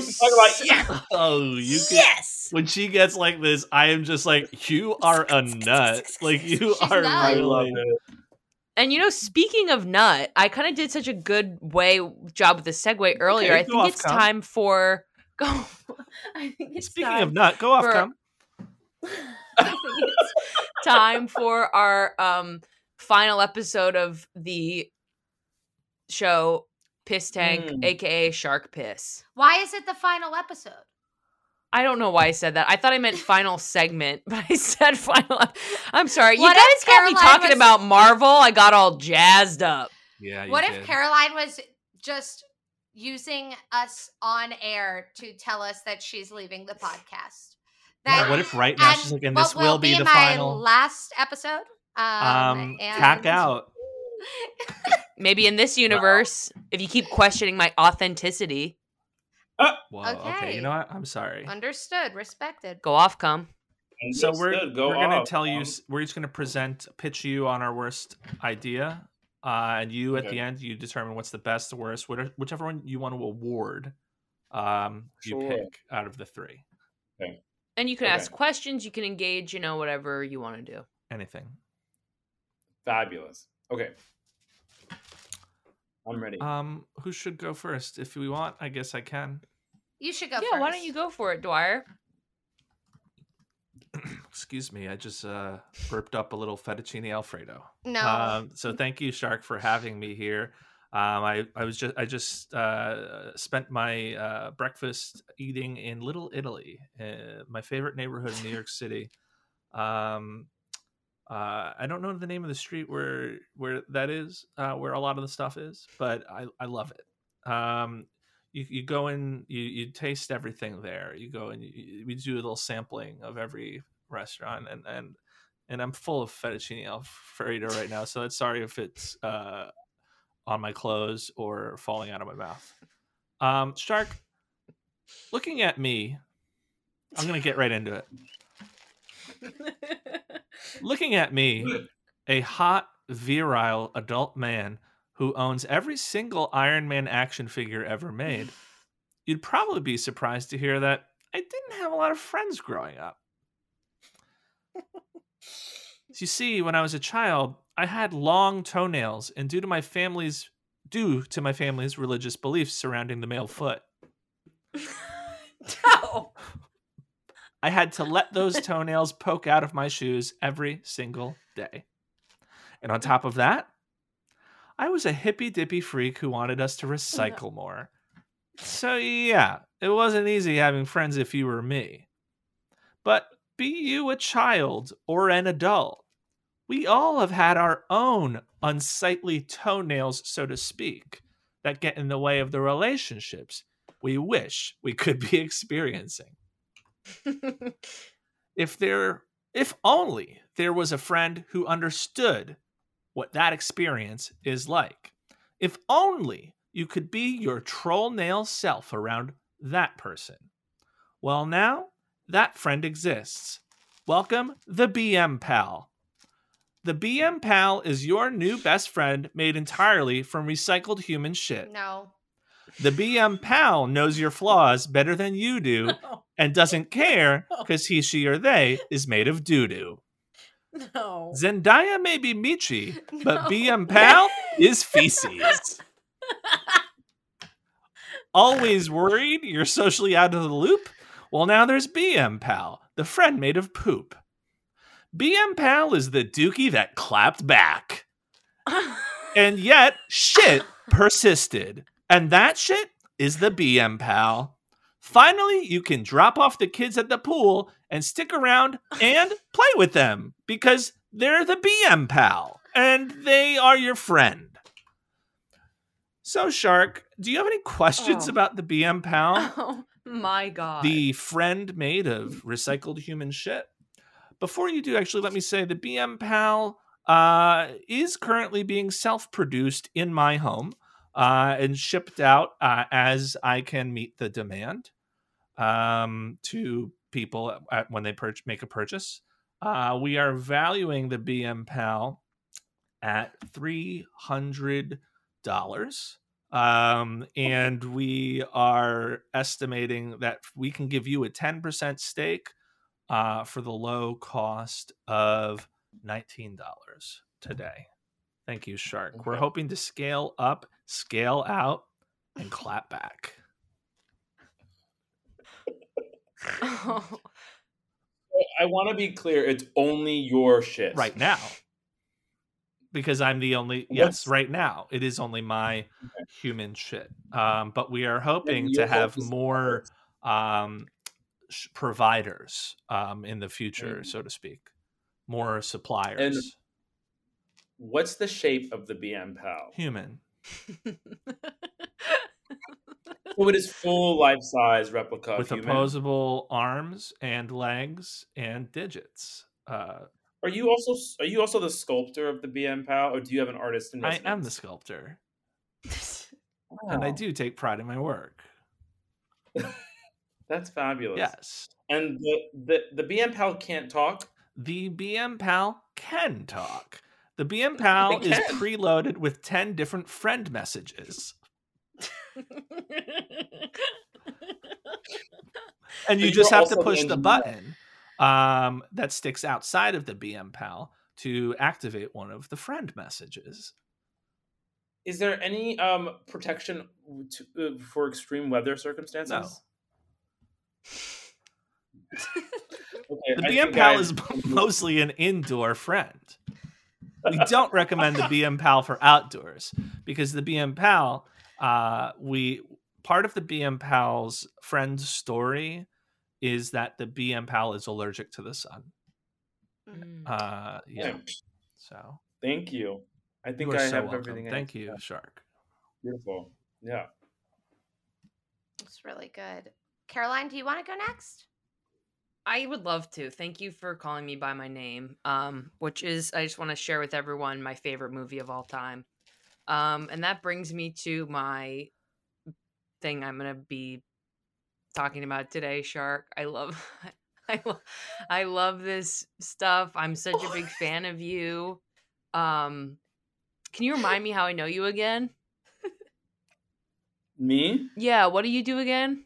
Speaker 5: about-
Speaker 2: so-
Speaker 1: Oh, you can.
Speaker 2: yes.
Speaker 1: When she gets like this, I am just like, you are a nut. Like you
Speaker 3: She's
Speaker 1: are
Speaker 3: nuts.
Speaker 5: I
Speaker 1: really.
Speaker 5: love it.
Speaker 2: And you know, speaking of nut, I kind of did such a good way job with the segue earlier.
Speaker 1: Okay,
Speaker 2: I
Speaker 1: go
Speaker 2: think
Speaker 1: off,
Speaker 2: it's
Speaker 1: Cam.
Speaker 2: time for go. [laughs] I think it's
Speaker 1: Speaking
Speaker 2: time
Speaker 1: of nut, go off,
Speaker 2: for-
Speaker 1: come.
Speaker 2: I think it's time for our um final episode of the show Piss Tank,
Speaker 1: Hmm.
Speaker 5: Mm.
Speaker 2: aka Shark Piss.
Speaker 3: Why is it the final episode?
Speaker 2: I don't know why I said that. I thought I meant final segment, [laughs] but I said final. ep- I'm sorry.
Speaker 3: What
Speaker 2: you
Speaker 3: if
Speaker 2: guys got me
Speaker 3: Caroline
Speaker 2: talking
Speaker 3: was-
Speaker 2: about Marvel. I got all jazzed up.
Speaker 1: Yeah. you
Speaker 3: what if
Speaker 1: did.
Speaker 3: Caroline was just using us on air to tell us that she's leaving the podcast?
Speaker 1: Yeah,
Speaker 3: That
Speaker 1: what if right now
Speaker 3: and
Speaker 1: she's like, and
Speaker 3: what
Speaker 1: this will be the
Speaker 3: my
Speaker 1: final.
Speaker 3: last episode. Um,
Speaker 1: um,
Speaker 3: and-
Speaker 1: cack out.
Speaker 2: Maybe in this universe, if you keep questioning my authenticity,
Speaker 1: Whoa. Okay. You know what? I'm sorry.
Speaker 3: [laughs] Understood, respected.
Speaker 2: go off, come.
Speaker 1: So we're
Speaker 5: Understood.
Speaker 1: we're gonna
Speaker 5: off,
Speaker 1: tell you.
Speaker 5: um,
Speaker 1: s- We're just gonna present, pitch you on our worst idea, uh, and you at
Speaker 5: Okay.
Speaker 1: the end you determine what's the best, the worst, whatever, whichever one you want to award. Um, you
Speaker 5: Sure.
Speaker 1: pick out of the three.
Speaker 2: And you can
Speaker 5: Okay.
Speaker 2: ask questions. You can engage. You know, whatever you want to do.
Speaker 1: Anything.
Speaker 5: fabulous. Okay, I'm ready.
Speaker 1: Um, who should go first? If we want, I guess I can. [clears throat]
Speaker 3: You should go
Speaker 2: Yeah,
Speaker 3: first.
Speaker 2: why don't you go for it, Dwyer?
Speaker 1: Excuse me, I just uh, burped up a little fettuccine alfredo.
Speaker 3: No.
Speaker 1: Um, so thank you, Shark, for having me here. Um, I, I was just I just uh, spent my uh, breakfast eating in Little Italy, uh, my favorite neighborhood in New York City. Um, uh, I don't know the name of the street where where that is, uh, where a lot of the stuff is, but I, I love it. Um, you, you go in, you, you taste everything there. You go and you- you, we do a little sampling of every restaurant, and and and I'm full of fettuccine alfredo right now, so it's sorry if it's uh, on my clothes or falling out of my mouth. Um, Shark, looking at me, I'm gonna get right into it. Looking at me, a hot, virile adult man who owns every single Iron Man action figure ever made, you'd probably be surprised to hear that I didn't have a lot of friends growing up. So you see, when I was a child, I had long toenails, and due to my family's due to my family's religious beliefs surrounding the male foot,
Speaker 2: no.
Speaker 1: I had to let those toenails poke out of my shoes every single day. And on top of that, I was a hippy dippy freak who wanted us to recycle more. So, yeah, it wasn't easy having friends if you were me. But be you a child or an adult, we all have had our own unsightly toenails, so to speak, that get in the way of the relationships we wish we could be [laughs] experiencing
Speaker 2: [laughs]
Speaker 1: if there if only there was a friend who understood what that experience is like if only you could be your troll nail self around that person well now that friend exists welcome the bm pal the bm pal is your new best friend made entirely from recycled human shit
Speaker 3: No. [laughs]
Speaker 1: the BM pal knows your flaws better than you do and doesn't care because he, she, or they is made of doo doo.
Speaker 2: no.
Speaker 1: Zendaya may be Michi, but
Speaker 3: No.
Speaker 1: BM pal is feces. Always worried you're socially out of the loop? Well, now there's BM pal, the friend made of poop. BM pal is the dookie that clapped back. And yet, shit persisted. And that shit is the BM pal. Finally, you can drop off the kids at the pool and stick around and play with them because they're the BM pal and they are your friend. So, Shark, do you have any questions
Speaker 2: Oh.
Speaker 1: about the BM
Speaker 2: [laughs]
Speaker 1: pal?
Speaker 2: Oh my
Speaker 1: [laughs]
Speaker 2: god. [laughs]
Speaker 1: the friend made of recycled human shit. Before you do, actually, let me say the BM Pal uh, is currently being self produced in my home uh, and shipped out uh, as I can meet the demand um, to people at, at- when they pur- make a purchase. Uh, we are valuing the BM Pal at $300 um, and we are estimating that we can give you a 10% stake uh, for the low cost of $19 today. Thank you, Shark. We're
Speaker 5: Okay.
Speaker 1: hoping to scale up, scale out, and clap back.
Speaker 2: Oh.
Speaker 5: I want to be clear. It's only your shit.
Speaker 1: Right now. Because I'm the only yes,
Speaker 5: What's-
Speaker 1: right now. It is only my human shit. Um, but we are hoping
Speaker 5: And
Speaker 1: to
Speaker 5: your hope
Speaker 1: have
Speaker 5: is-
Speaker 1: more um, sh- providers um, in the
Speaker 5: Mm-hmm.
Speaker 1: future, so to speak, more suppliers.
Speaker 5: What's the shape of the BM pal?
Speaker 1: Human.
Speaker 5: So it is full life size replica of
Speaker 1: with
Speaker 5: Uh, human.
Speaker 1: opposable arms and legs and digits. Uh,
Speaker 5: Are you also are you also the sculptor of the BM pal, or do you have an artist in
Speaker 1: I
Speaker 5: residence?
Speaker 1: am the sculptor, and I
Speaker 5: Wow,
Speaker 1: do take pride in my work.
Speaker 5: That's fabulous.
Speaker 1: Yes.
Speaker 5: And the, the the BM pal can't talk.
Speaker 1: the BM Pal can talk. The
Speaker 5: [laughs]
Speaker 1: BM Pal is
Speaker 5: can.
Speaker 1: preloaded with 10 different friend messages. And
Speaker 5: So
Speaker 1: you
Speaker 5: you
Speaker 1: just
Speaker 5: are
Speaker 1: have to
Speaker 5: also the
Speaker 1: push the
Speaker 5: engineer.
Speaker 1: button um, that sticks outside of the BM Pal to activate one of the friend messages.
Speaker 5: Is there any um protection to, uh, for extreme weather circumstances?
Speaker 1: [laughs]
Speaker 5: Okay,
Speaker 1: The
Speaker 5: I
Speaker 1: BM
Speaker 5: think
Speaker 1: Pal
Speaker 5: I-
Speaker 1: is [laughs]
Speaker 5: [laughs]
Speaker 1: mostly an indoor friend. We don't recommend the BM Pal for outdoors because the BM Pal, uh, we part of the BM Pal's friend story is that the BM Pal is allergic to the sun.
Speaker 2: Mm.
Speaker 1: Uh, yeah. So
Speaker 5: Thank you. I
Speaker 1: you
Speaker 5: think
Speaker 1: are
Speaker 5: I
Speaker 1: so
Speaker 5: have
Speaker 1: welcome.
Speaker 5: everything. I
Speaker 1: Thank
Speaker 5: need.
Speaker 1: you, Shark.
Speaker 5: Beautiful. Yeah.
Speaker 3: It's really good. Caroline, do you want to go next?
Speaker 2: I would love to. Thank you for calling me by my name, um, which is, I just want to share with everyone my favorite movie of all time. Um, and that brings me to my thing I'm going to be talking about today, Shark. I love. [laughs] I, lo- I love this stuff. I'm such a big fan of you. Um, can you remind me how I know you again?
Speaker 5: Me?
Speaker 2: Yeah, what do you do again?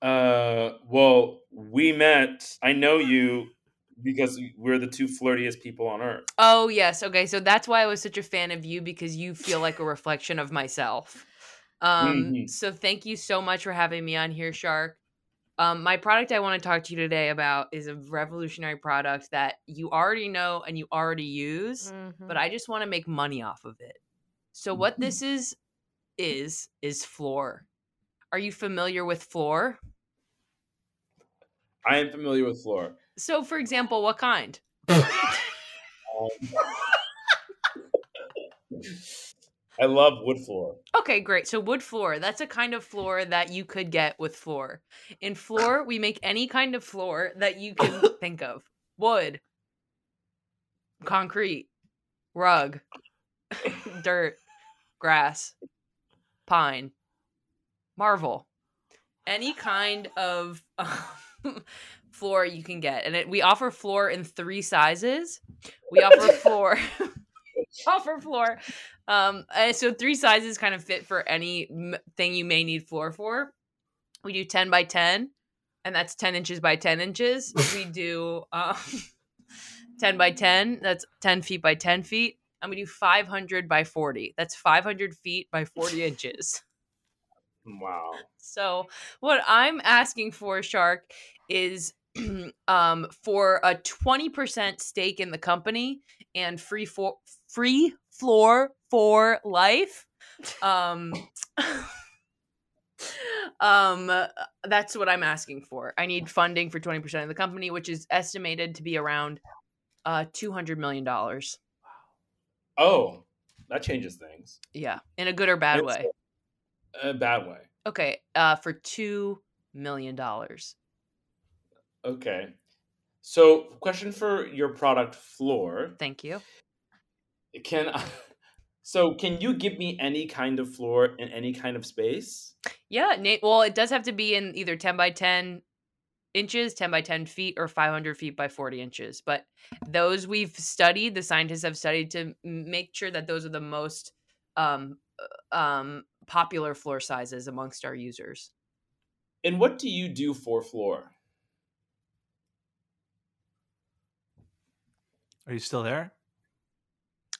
Speaker 5: Uh, well, we met. I know you because we're the two flirtiest people on earth.
Speaker 2: Oh, yes. Okay. So that's why I was such a fan of you because you feel like a reflection of myself. Um,
Speaker 5: Mhm.
Speaker 2: So thank you so much for having me on here, Shark. Um, my product I want to talk to you today about is a revolutionary product that you already know and you already use
Speaker 3: Mm-hmm.
Speaker 2: but I just want to make money off of it. So what this is is is floor. Are you familiar with floor?
Speaker 5: I am familiar with Floor.
Speaker 2: So for example, what kind?
Speaker 5: Um, [laughs] I love wood floor.
Speaker 2: Okay, great. So wood floor, that's a kind of floor that you could get with floor. In floor, we make any kind of floor that you can think of. Wood, concrete, rug, [laughs] dirt, grass, pine, marble. Any kind of [laughs] um, floor you can get. And it, we offer floor in three sizes. We offer floor [laughs] offer floor um, uh, so three sizes kind of fit for any m- thing you may need floor for. We do 10 by 10, and that's 10 inches by 10 inches. we do um, [laughs] 10 by 10, that's 10 feet by 10 feet. And we do 500 by 40, that's 500 feet by 40 inches.
Speaker 5: Wow.
Speaker 2: So what I'm asking for, Shark, is [clears throat] um for a 20% stake in the company and free for free floor for life. Um [laughs] um, that's what I'm asking for. I need funding for 20% of the company, which is estimated to be around uh, $200 million.
Speaker 5: Oh, that changes things.
Speaker 2: Yeah, in a good or bad way.
Speaker 5: A bad way.
Speaker 2: Okay, uh, for $2 million.
Speaker 5: Okay. So, question for your product floor.
Speaker 2: Thank you.
Speaker 5: Can I, [laughs] so can you give me any kind of floor and any kind of space?
Speaker 2: Yeah, Nate. Well, it does have to be in either 10 by 10 inches, 10 by 10 feet, or 500 feet by 40 inches. But those we've studied, the scientists have studied to m- make sure that those are the most um, uh, um, popular floor sizes amongst our users.
Speaker 5: And what do you do for floor?
Speaker 1: Are you still there?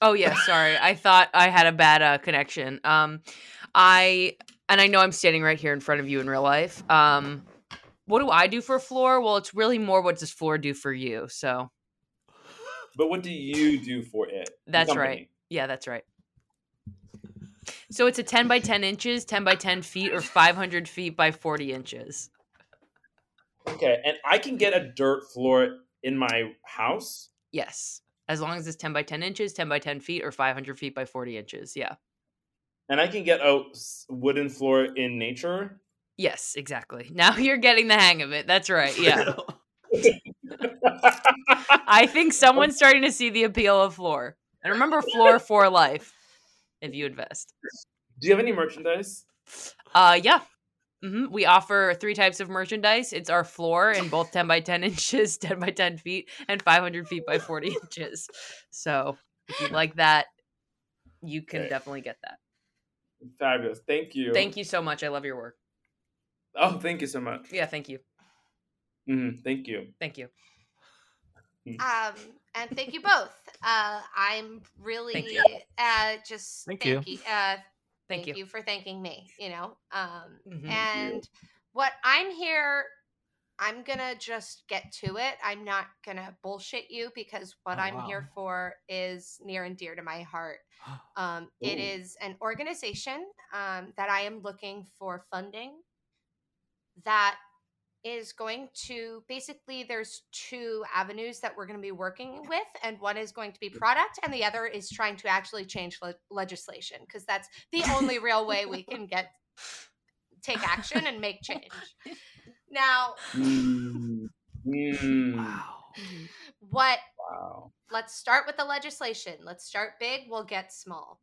Speaker 2: Oh yeah, sorry. I thought I had a bad uh, connection. Um, I and I know I'm standing right here in front of you in real life. Um, what do I do for floor? Well, it's really more what does floor do for you. So
Speaker 5: But what do you do for it? The
Speaker 2: That's
Speaker 5: company?
Speaker 2: right. Yeah, that's right. So it's a 10 by 10 inches, 10 by 10 feet, or 500 feet by 40 inches.
Speaker 5: Okay, and I can get a dirt floor in my house.
Speaker 2: Yes. As long as it's 10 by 10 inches, 10 by 10 feet, or 500 feet by 40 inches. Yeah.
Speaker 5: And I can get a s- wooden floor in nature.
Speaker 2: Yes, exactly. [laughs] Now you're getting the hang of it. That's right.
Speaker 1: [laughs]
Speaker 2: Yeah. I think someone's starting to see the appeal of floor. And remember, floor for life if you invest.
Speaker 5: Do you have any merchandise?
Speaker 2: Uh, yeah. hmm We offer three types of merchandise. It's our floor in both 10 by 10 [laughs] inches, 10 by 10 feet, and 500 feet by 40 inches. So if you like that, you can
Speaker 5: Okay.
Speaker 2: definitely get that.
Speaker 5: Fabulous. Thank you.
Speaker 2: Thank you so much. I love your work.
Speaker 5: Oh, thank you so much.
Speaker 2: Yeah, thank you.
Speaker 5: Mhm, thank you.
Speaker 2: [laughs] Thank you.
Speaker 3: Um, and thank you both. Uh, I'm really
Speaker 2: you.
Speaker 3: uh just
Speaker 1: Thank
Speaker 3: you. Uh,
Speaker 2: Thank, you.
Speaker 3: for thanking me. You know, um,
Speaker 2: Mhm.
Speaker 5: Thank you.
Speaker 3: and what I'm here, I'm gonna just get to it. I'm not gonna bullshit you because what
Speaker 1: Oh,
Speaker 3: I'm
Speaker 1: wow.
Speaker 3: here for is near and dear to my heart. Um, it
Speaker 5: Ooh.
Speaker 3: is an organization um, that I am looking for funding that is going to basically there's two avenues that we're going to be working with and one is going to be product and the other is trying to actually change le- legislation because that's the only real way we can get take action and make change now
Speaker 5: Mm, mm,
Speaker 1: Wow.
Speaker 3: what
Speaker 5: wow.
Speaker 3: let's start with the legislation. Let's start big, we'll get small.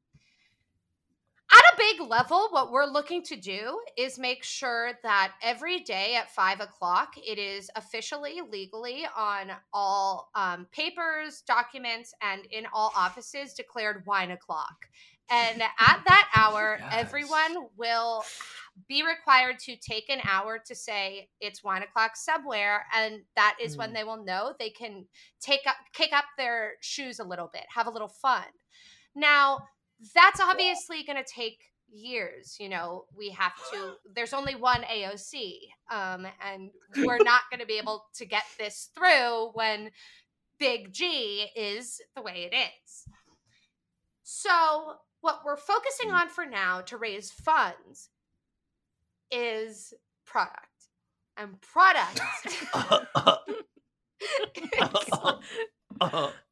Speaker 3: At a big level, what we're looking to do is make sure that every day at five o'clock, it is officially, legally on all um, papers, documents, and in all offices declared wine o'clock. And at that hour,
Speaker 1: Yes.
Speaker 3: everyone will be required to take an hour to say it's wine o'clock somewhere. And that is when they will know they can take up kick up their shoes a little bit have a little fun now that's obviously going to take years you know we have to there's only one aoc um, and we're not going to be able to get this through when big g is the way it is so what we're focusing on for now to raise funds is product and product [laughs]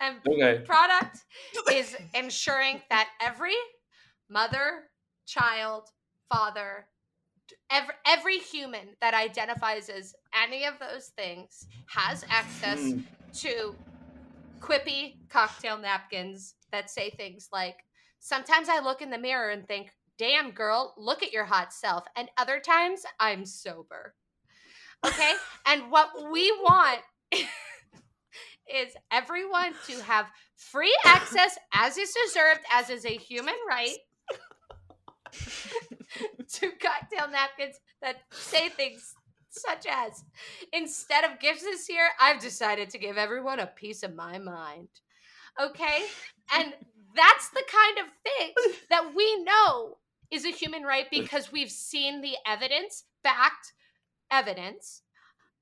Speaker 3: and
Speaker 5: Okay.
Speaker 3: product is ensuring that every mother, child, father, every, every human that identifies as any of those things has access
Speaker 5: Mm,
Speaker 3: to quippy cocktail napkins that say things like, Sometimes I look in the mirror and think, Damn, girl, look at your hot self. And other times I'm sober. Okay? and what we want is everyone to have free access as is deserved, as is a human right. [laughs] to cocktail napkins that say things such as instead of gifts this year, I've decided to give everyone a piece of my mind. Okay? And that's the kind of thing that we know is a human right because we've seen the evidence, backed evidence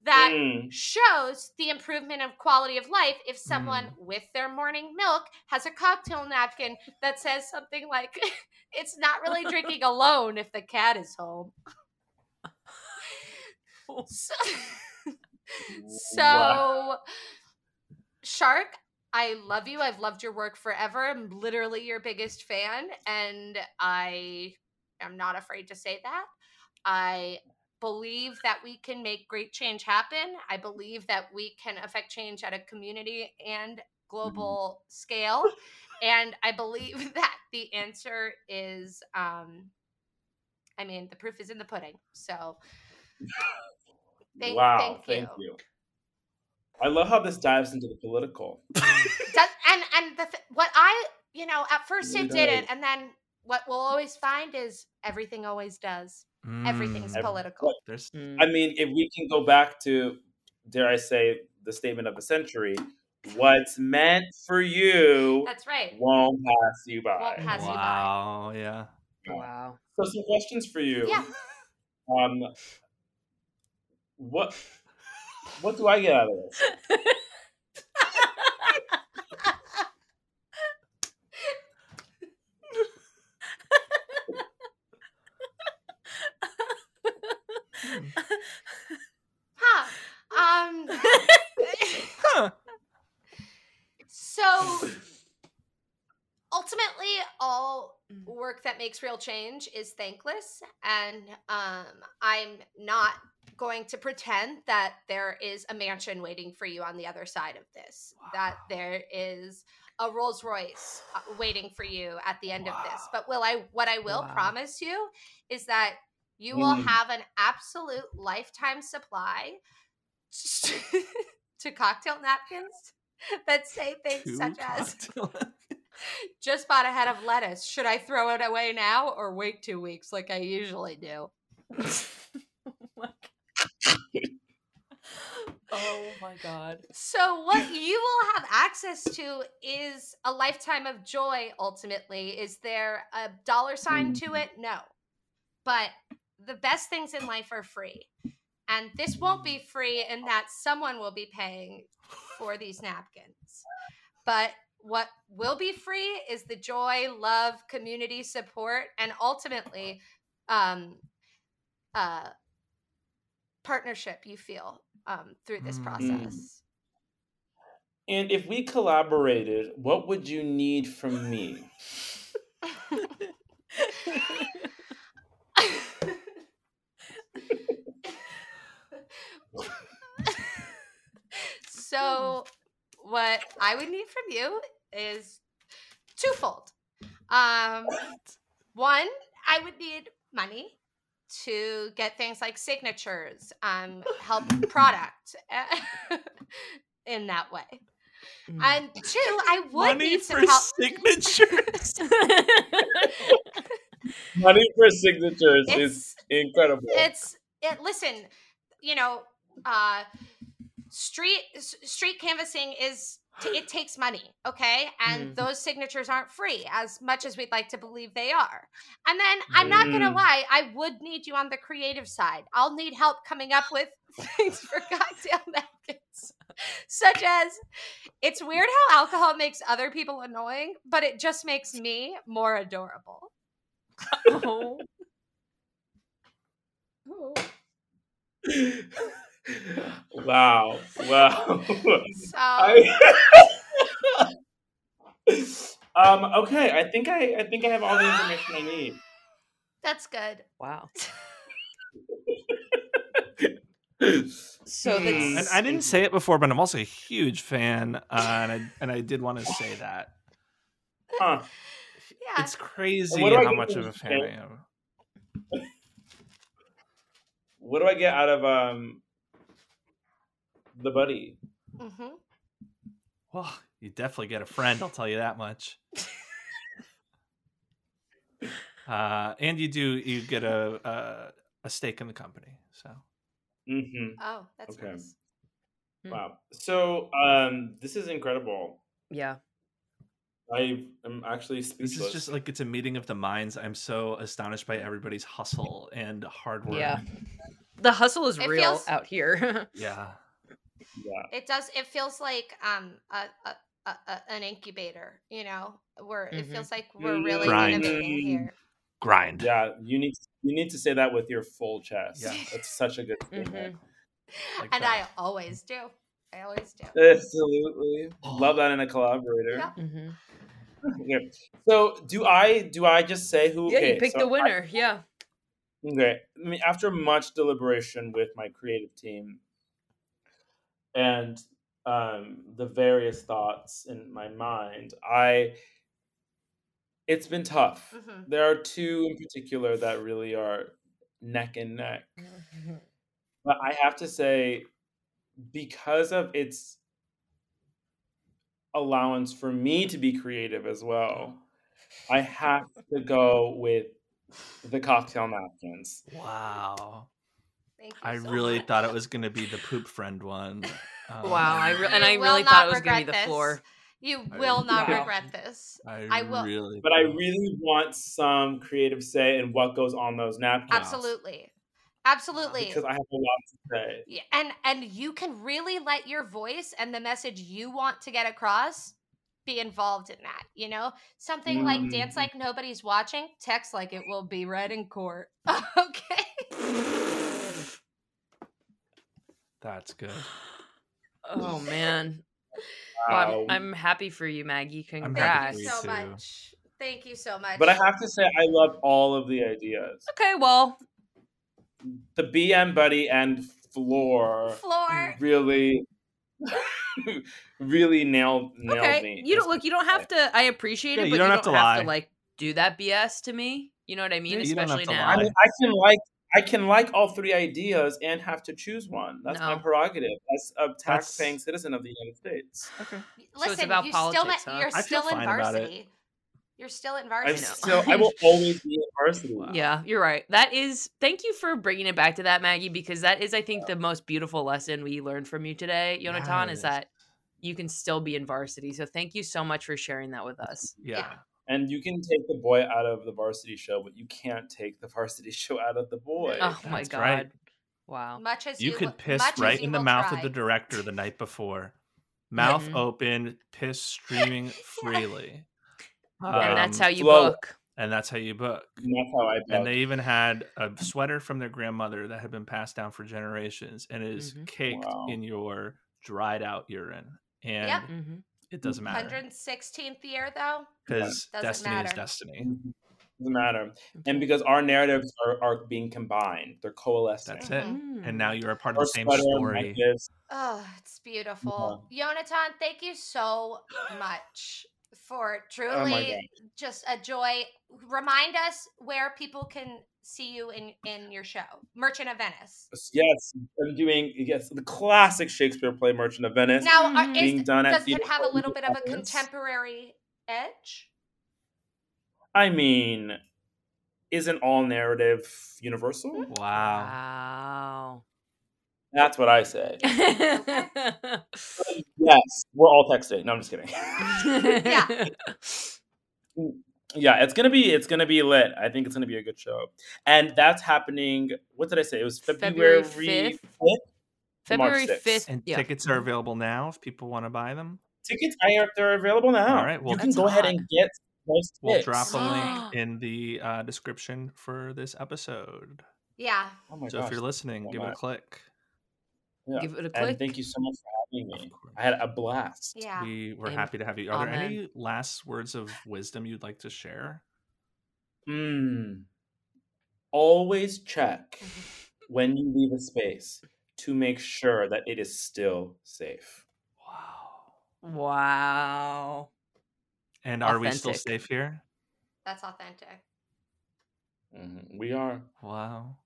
Speaker 3: that
Speaker 5: Mm.
Speaker 3: shows the improvement of quality of life if someone with their morning milk has a cocktail napkin that says something like [laughs] it's not really drinking alone if the cat is home so, [laughs] so
Speaker 5: Wow.
Speaker 3: shark i love you i've loved your work forever i'm literally your biggest fan and i am not afraid to say that i believe that we can make great change happen. I believe that we can affect change at a community and global scale. And I believe [laughs] that the answer is um I mean, the proof is in the pudding. So Thank-
Speaker 5: wow,
Speaker 3: thank
Speaker 5: thank you. I love how this dives into the political.
Speaker 3: does, and and the th- what I, you know, at first
Speaker 5: Really
Speaker 3: it didn't
Speaker 5: does.
Speaker 3: and then what we'll always find is everything always does. Everything's
Speaker 1: Mm,
Speaker 5: Every-
Speaker 3: political.
Speaker 1: there's
Speaker 2: Mm.
Speaker 3: Mm-hmm.
Speaker 5: I mean, if we can go back to, dare I say, the statement of the century, what's meant for you
Speaker 3: That's right.
Speaker 5: won't pass you by.
Speaker 3: Won't pass you by.
Speaker 1: wow, yeah.
Speaker 2: Wow.
Speaker 5: So, some questions for you.
Speaker 3: Yeah.
Speaker 5: Um, what what do I get out of this?
Speaker 3: Huh. Um
Speaker 1: [laughs]
Speaker 3: So ultimately, all work that makes real change is thankless, and um, I'm not going to pretend that there is a mansion waiting for you on the other side of this. That there is a Rolls Royce uh, waiting for you at the end of this. But will I? What I will
Speaker 2: Wow.
Speaker 3: promise you is that you will
Speaker 5: Mm.
Speaker 3: have an absolute lifetime supply [laughs] to cocktail napkins [laughs] that say things
Speaker 7: Two
Speaker 3: such
Speaker 1: [laughs]
Speaker 3: as
Speaker 7: cocktail-
Speaker 3: just bought a head of lettuce. Should I throw it away now or wait two weeks like I usually do?
Speaker 2: [laughs] Oh my god.
Speaker 3: So, what you will have access to is a lifetime of joy, ultimately. Is there a dollar sign to it? No. But the best things in life are free. And this won't be free in that someone will be paying for these napkins. But what will be free is the joy, love, community support, and ultimately, um, uh, partnership you feel um, through this
Speaker 1: Mm.
Speaker 3: process.
Speaker 5: And if we collaborated, what would you need from me?
Speaker 3: so, what I would need from you is twofold. Um, one, I would need money to get things like signatures, um, help product uh, [laughs] in that way.
Speaker 2: Mm. [laughs]
Speaker 3: And two, I would
Speaker 1: Money
Speaker 3: need
Speaker 1: for
Speaker 3: some help.
Speaker 1: signatures.
Speaker 5: Money for signatures is
Speaker 3: It's
Speaker 5: incredible.
Speaker 3: it's it listen you know uh street s- street canvassing is t- it takes money okay and
Speaker 5: Mm-hmm.
Speaker 2: Mhm.
Speaker 3: those signatures aren't free as much as we'd like to believe they are and then i'm not gonna
Speaker 5: Mm.
Speaker 3: lie i would need you on the creative side i'll need help coming up with [laughs] things for cocktail napkins such as it's weird how alcohol makes other people annoying but it just makes me more adorable
Speaker 2: oh.
Speaker 5: Oh. [laughs] wow. Wow. [laughs]
Speaker 3: so
Speaker 5: I-
Speaker 2: Oh.
Speaker 5: [laughs] um, okay, I think I, I think I have all the information I need.
Speaker 3: that's good
Speaker 2: Wow. So
Speaker 5: Hmm.
Speaker 1: and
Speaker 2: that's
Speaker 1: I didn't say it before, but I'm also a huge fan, uh, and I and I did want to say that
Speaker 3: [laughs]
Speaker 5: Huh.
Speaker 3: yeah
Speaker 1: it's crazy
Speaker 5: do I
Speaker 1: how
Speaker 5: get
Speaker 1: much
Speaker 5: for
Speaker 1: of a
Speaker 5: this
Speaker 1: fan I
Speaker 5: thing?
Speaker 1: am.
Speaker 5: What do I get out of um the buddy?
Speaker 3: mm-hmm.
Speaker 1: Well, you definitely get a friend. I'll tell you that
Speaker 3: [laughs]
Speaker 1: much. uh, and you do you get a, a a stake in the company. So
Speaker 5: Mm-hmm.
Speaker 3: Oh, that's
Speaker 5: Okay.
Speaker 3: nice.
Speaker 2: Hmm.
Speaker 5: Wow. So um this is incredible.
Speaker 2: yeah.
Speaker 5: I am actually
Speaker 1: this
Speaker 5: speechless.
Speaker 1: is just like it's a meeting of the minds. I'm so astonished by everybody's hustle and hard work.
Speaker 2: Yeah. the hustle is
Speaker 3: It
Speaker 2: real
Speaker 3: feels-
Speaker 2: out here. [laughs]
Speaker 1: Yeah.
Speaker 5: Yeah.
Speaker 3: It does. It feels like um a, a, a, a an incubator. You know, where it
Speaker 7: Mm-hmm.
Speaker 2: Mhm.
Speaker 3: feels like we're really
Speaker 1: Grind.
Speaker 3: innovating here.
Speaker 1: Grind.
Speaker 5: Yeah, you need you need to say that with your full chest.
Speaker 1: Yeah.
Speaker 5: That's such a good statement.
Speaker 1: Like
Speaker 3: and
Speaker 1: that.
Speaker 3: I always do. I always do.
Speaker 2: Mm-hmm.
Speaker 5: Absolutely.
Speaker 1: Oh.
Speaker 5: Love that in a collaborator.
Speaker 3: Yeah.
Speaker 2: Mhm.
Speaker 5: Yeah. [laughs] So do I do I just say who
Speaker 2: Yeah,
Speaker 5: okay,
Speaker 2: you pick
Speaker 5: so
Speaker 2: the
Speaker 5: I-
Speaker 2: winner. yeah.
Speaker 5: Okay. I mean, after much deliberation with my creative team and um, the various thoughts in my mind, I it's been tough.
Speaker 3: Mhm.
Speaker 5: There are two in particular that really are neck and neck. But I have to say, because of its allowance for me to be creative as well, I have to go with the cocktail napkins.
Speaker 1: Wow.
Speaker 3: Thank you
Speaker 7: I
Speaker 3: so
Speaker 7: really
Speaker 3: much.
Speaker 7: thought it was going to be the poop friend
Speaker 3: [laughs]
Speaker 7: one. Um,
Speaker 2: Wow, I re- and
Speaker 3: You
Speaker 2: I
Speaker 3: will
Speaker 2: really
Speaker 3: not
Speaker 2: thought it was gonna be
Speaker 3: regret
Speaker 2: the
Speaker 3: this.
Speaker 2: floor.
Speaker 3: You
Speaker 7: I
Speaker 3: will not
Speaker 5: will.
Speaker 3: regret this.
Speaker 7: I,
Speaker 3: I will-
Speaker 7: Really
Speaker 5: But I
Speaker 7: think-
Speaker 5: really want some creative say in what goes on those napkins.
Speaker 3: Absolutely, absolutely.
Speaker 5: Because I have a lot to say.
Speaker 3: Yeah, and and you can really let your voice and the message you want to get across be involved in that you know something
Speaker 1: Mm-hmm.
Speaker 3: like dance
Speaker 5: Mm.
Speaker 3: like nobody's watching text like it will be read in court [laughs] okay
Speaker 1: That's good.
Speaker 2: [sighs] Oh man. Well,
Speaker 5: Wow.
Speaker 2: I'm, I'm happy for you, Maggie.
Speaker 1: I'm happy
Speaker 2: Congrats.
Speaker 1: for
Speaker 3: thank you
Speaker 1: you
Speaker 3: so
Speaker 1: too.
Speaker 3: much thank you so much
Speaker 5: but I have to say, I love all of the ideas.
Speaker 2: Okay, well,
Speaker 5: The BM buddy and floor
Speaker 2: mm.
Speaker 3: floor
Speaker 5: really, [laughs] really nailed nailed
Speaker 2: okay.
Speaker 5: me.
Speaker 2: You don't look. You don't have to. I appreciate
Speaker 1: Yeah,
Speaker 2: it,
Speaker 1: you
Speaker 2: but
Speaker 1: don't
Speaker 2: you
Speaker 1: have
Speaker 2: don't
Speaker 1: to
Speaker 2: have to
Speaker 1: lie.
Speaker 2: like do that BS to me. You know what I mean?
Speaker 1: Yeah, you don't have
Speaker 2: Especially
Speaker 1: to
Speaker 2: now.
Speaker 5: I
Speaker 1: lie.
Speaker 5: mean, I can like I can like all three ideas and have to choose one. That's my
Speaker 2: No.
Speaker 5: prerogative as a
Speaker 1: That's-
Speaker 5: tax-paying citizen of the United States.
Speaker 2: it's
Speaker 3: listen
Speaker 2: about
Speaker 3: you
Speaker 2: politics,
Speaker 3: still
Speaker 2: huh?
Speaker 3: not, you're
Speaker 1: I feel
Speaker 3: still in
Speaker 1: fine about it.
Speaker 3: varsity you're still in
Speaker 5: I'm
Speaker 3: varsity
Speaker 5: still I will always
Speaker 2: [laughs]
Speaker 5: be in varsity.
Speaker 2: Yeah, you're right. That is. Thank you for bringing it back to that, Maggie, because that is, I think, the most beautiful lesson we learned from you today, Yonatan,
Speaker 1: Yes.
Speaker 2: is that you can still be in varsity. So thank you so much for sharing that with us.
Speaker 1: Yeah.
Speaker 5: And you can take the boy out of the varsity show, but you can't take the [laughs] varsity show out of the boy.
Speaker 2: Oh my
Speaker 1: That's
Speaker 2: God.
Speaker 1: right.
Speaker 2: Wow.
Speaker 3: much as
Speaker 1: You
Speaker 3: you,
Speaker 1: could
Speaker 3: wi-
Speaker 1: piss
Speaker 3: much as
Speaker 1: right
Speaker 3: you
Speaker 1: in the
Speaker 3: will
Speaker 1: mouth
Speaker 3: try.
Speaker 1: of the director the night before. Mouth
Speaker 2: Mhm.
Speaker 1: open, piss
Speaker 3: [laughs]
Speaker 1: streaming freely.
Speaker 2: and that's
Speaker 1: Um,
Speaker 2: how you
Speaker 5: flow.
Speaker 2: book.
Speaker 1: and that's how you book.
Speaker 5: And that's how I
Speaker 1: And
Speaker 5: felt.
Speaker 1: they even had a sweater from their grandmother that had been passed down for generations and is
Speaker 2: Mhm.
Speaker 1: caked
Speaker 5: Mm-hmm. Wow.
Speaker 1: in your dried out urine. And
Speaker 3: Yep.
Speaker 2: hmm
Speaker 5: Mm,
Speaker 1: it doesn't matter
Speaker 3: 116th year though
Speaker 1: because
Speaker 3: Doesn't
Speaker 1: destiny is
Speaker 3: matter.
Speaker 1: destiny.
Speaker 5: Mm-hmm. doesn't matter. And because our narratives are, are being combined, they're coalescing.
Speaker 1: That's it.
Speaker 3: Mhm.
Speaker 2: Mm.
Speaker 1: And now you're a part of
Speaker 5: Our
Speaker 1: the same
Speaker 5: Mm-hmm. sweater,
Speaker 1: story.
Speaker 5: necklace,
Speaker 3: Oh, it's beautiful. Yonatan, thank you so much
Speaker 5: Oh
Speaker 3: for truly just a joy. Remind us where people can see you in in your show, Merchant of Venice.
Speaker 5: Yes, I'm doing yes the classic Shakespeare play Merchant of Venice.
Speaker 3: Now, are,
Speaker 2: Mhm.
Speaker 5: being
Speaker 3: is,
Speaker 5: done at
Speaker 3: does it
Speaker 5: Theatre
Speaker 3: have a little bit
Speaker 5: Company
Speaker 3: of a
Speaker 5: Venice.
Speaker 3: contemporary edge?
Speaker 5: I mean, isn't all narrative
Speaker 3: Hmm?
Speaker 5: universal?
Speaker 1: Wow.
Speaker 2: Wow.
Speaker 5: That's what
Speaker 3: [laughs]
Speaker 5: I say.
Speaker 2: [laughs] yeah.
Speaker 5: yes, we're all texting. No, I'm just kidding. [laughs] yeah, it's gonna be it's gonna be lit. I think it's gonna be a good show, and that's happening. What did I say? It was February
Speaker 2: February
Speaker 5: fifth.
Speaker 2: 5th.
Speaker 5: March
Speaker 2: February
Speaker 5: 6th.
Speaker 2: 5th.
Speaker 1: And
Speaker 2: yeah.
Speaker 1: tickets
Speaker 5: Mm-hmm.
Speaker 1: are available now if people want to buy them.
Speaker 5: Tickets I are they're available now.
Speaker 1: All right, well,
Speaker 5: you can
Speaker 2: That's
Speaker 5: go ahead
Speaker 2: hot.
Speaker 5: and get those tickets.
Speaker 1: We'll drop a link
Speaker 5: [gasps]
Speaker 2: Six.
Speaker 1: in the uh, description for this episode.
Speaker 3: Yeah.
Speaker 5: Oh my
Speaker 1: so
Speaker 5: gosh,
Speaker 1: if you're listening,
Speaker 5: so
Speaker 1: give it a
Speaker 5: much.
Speaker 1: click.
Speaker 5: Yeah.
Speaker 2: Give it a click.
Speaker 5: and thank you so much for having me.
Speaker 1: Of course.
Speaker 5: I had a blast.
Speaker 3: Yeah.
Speaker 1: We were
Speaker 2: Amen.
Speaker 1: happy to have you. Are there
Speaker 2: Amen.
Speaker 1: any last words of wisdom you'd like to share?
Speaker 5: Mm. Always check when you leave a space to make sure that it is still safe.
Speaker 1: Wow.
Speaker 2: Wow.
Speaker 1: And are we still
Speaker 2: Authentic.
Speaker 1: safe here?
Speaker 3: That's authentic.
Speaker 5: Mhm. We are.
Speaker 1: [laughs] Wow.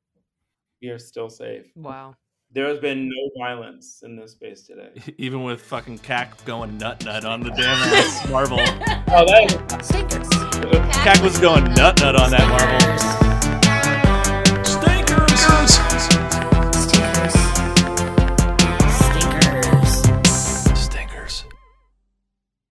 Speaker 5: We are still safe.
Speaker 2: Wow.
Speaker 5: There has been no violence in this space
Speaker 1: [laughs]
Speaker 5: today.
Speaker 1: E, Even with fucking Cack going nut nut on the damn ass marble,
Speaker 5: Oh, that is
Speaker 4: Stinkers.
Speaker 1: Cack was going nut nut on that marble.
Speaker 4: Stinkers.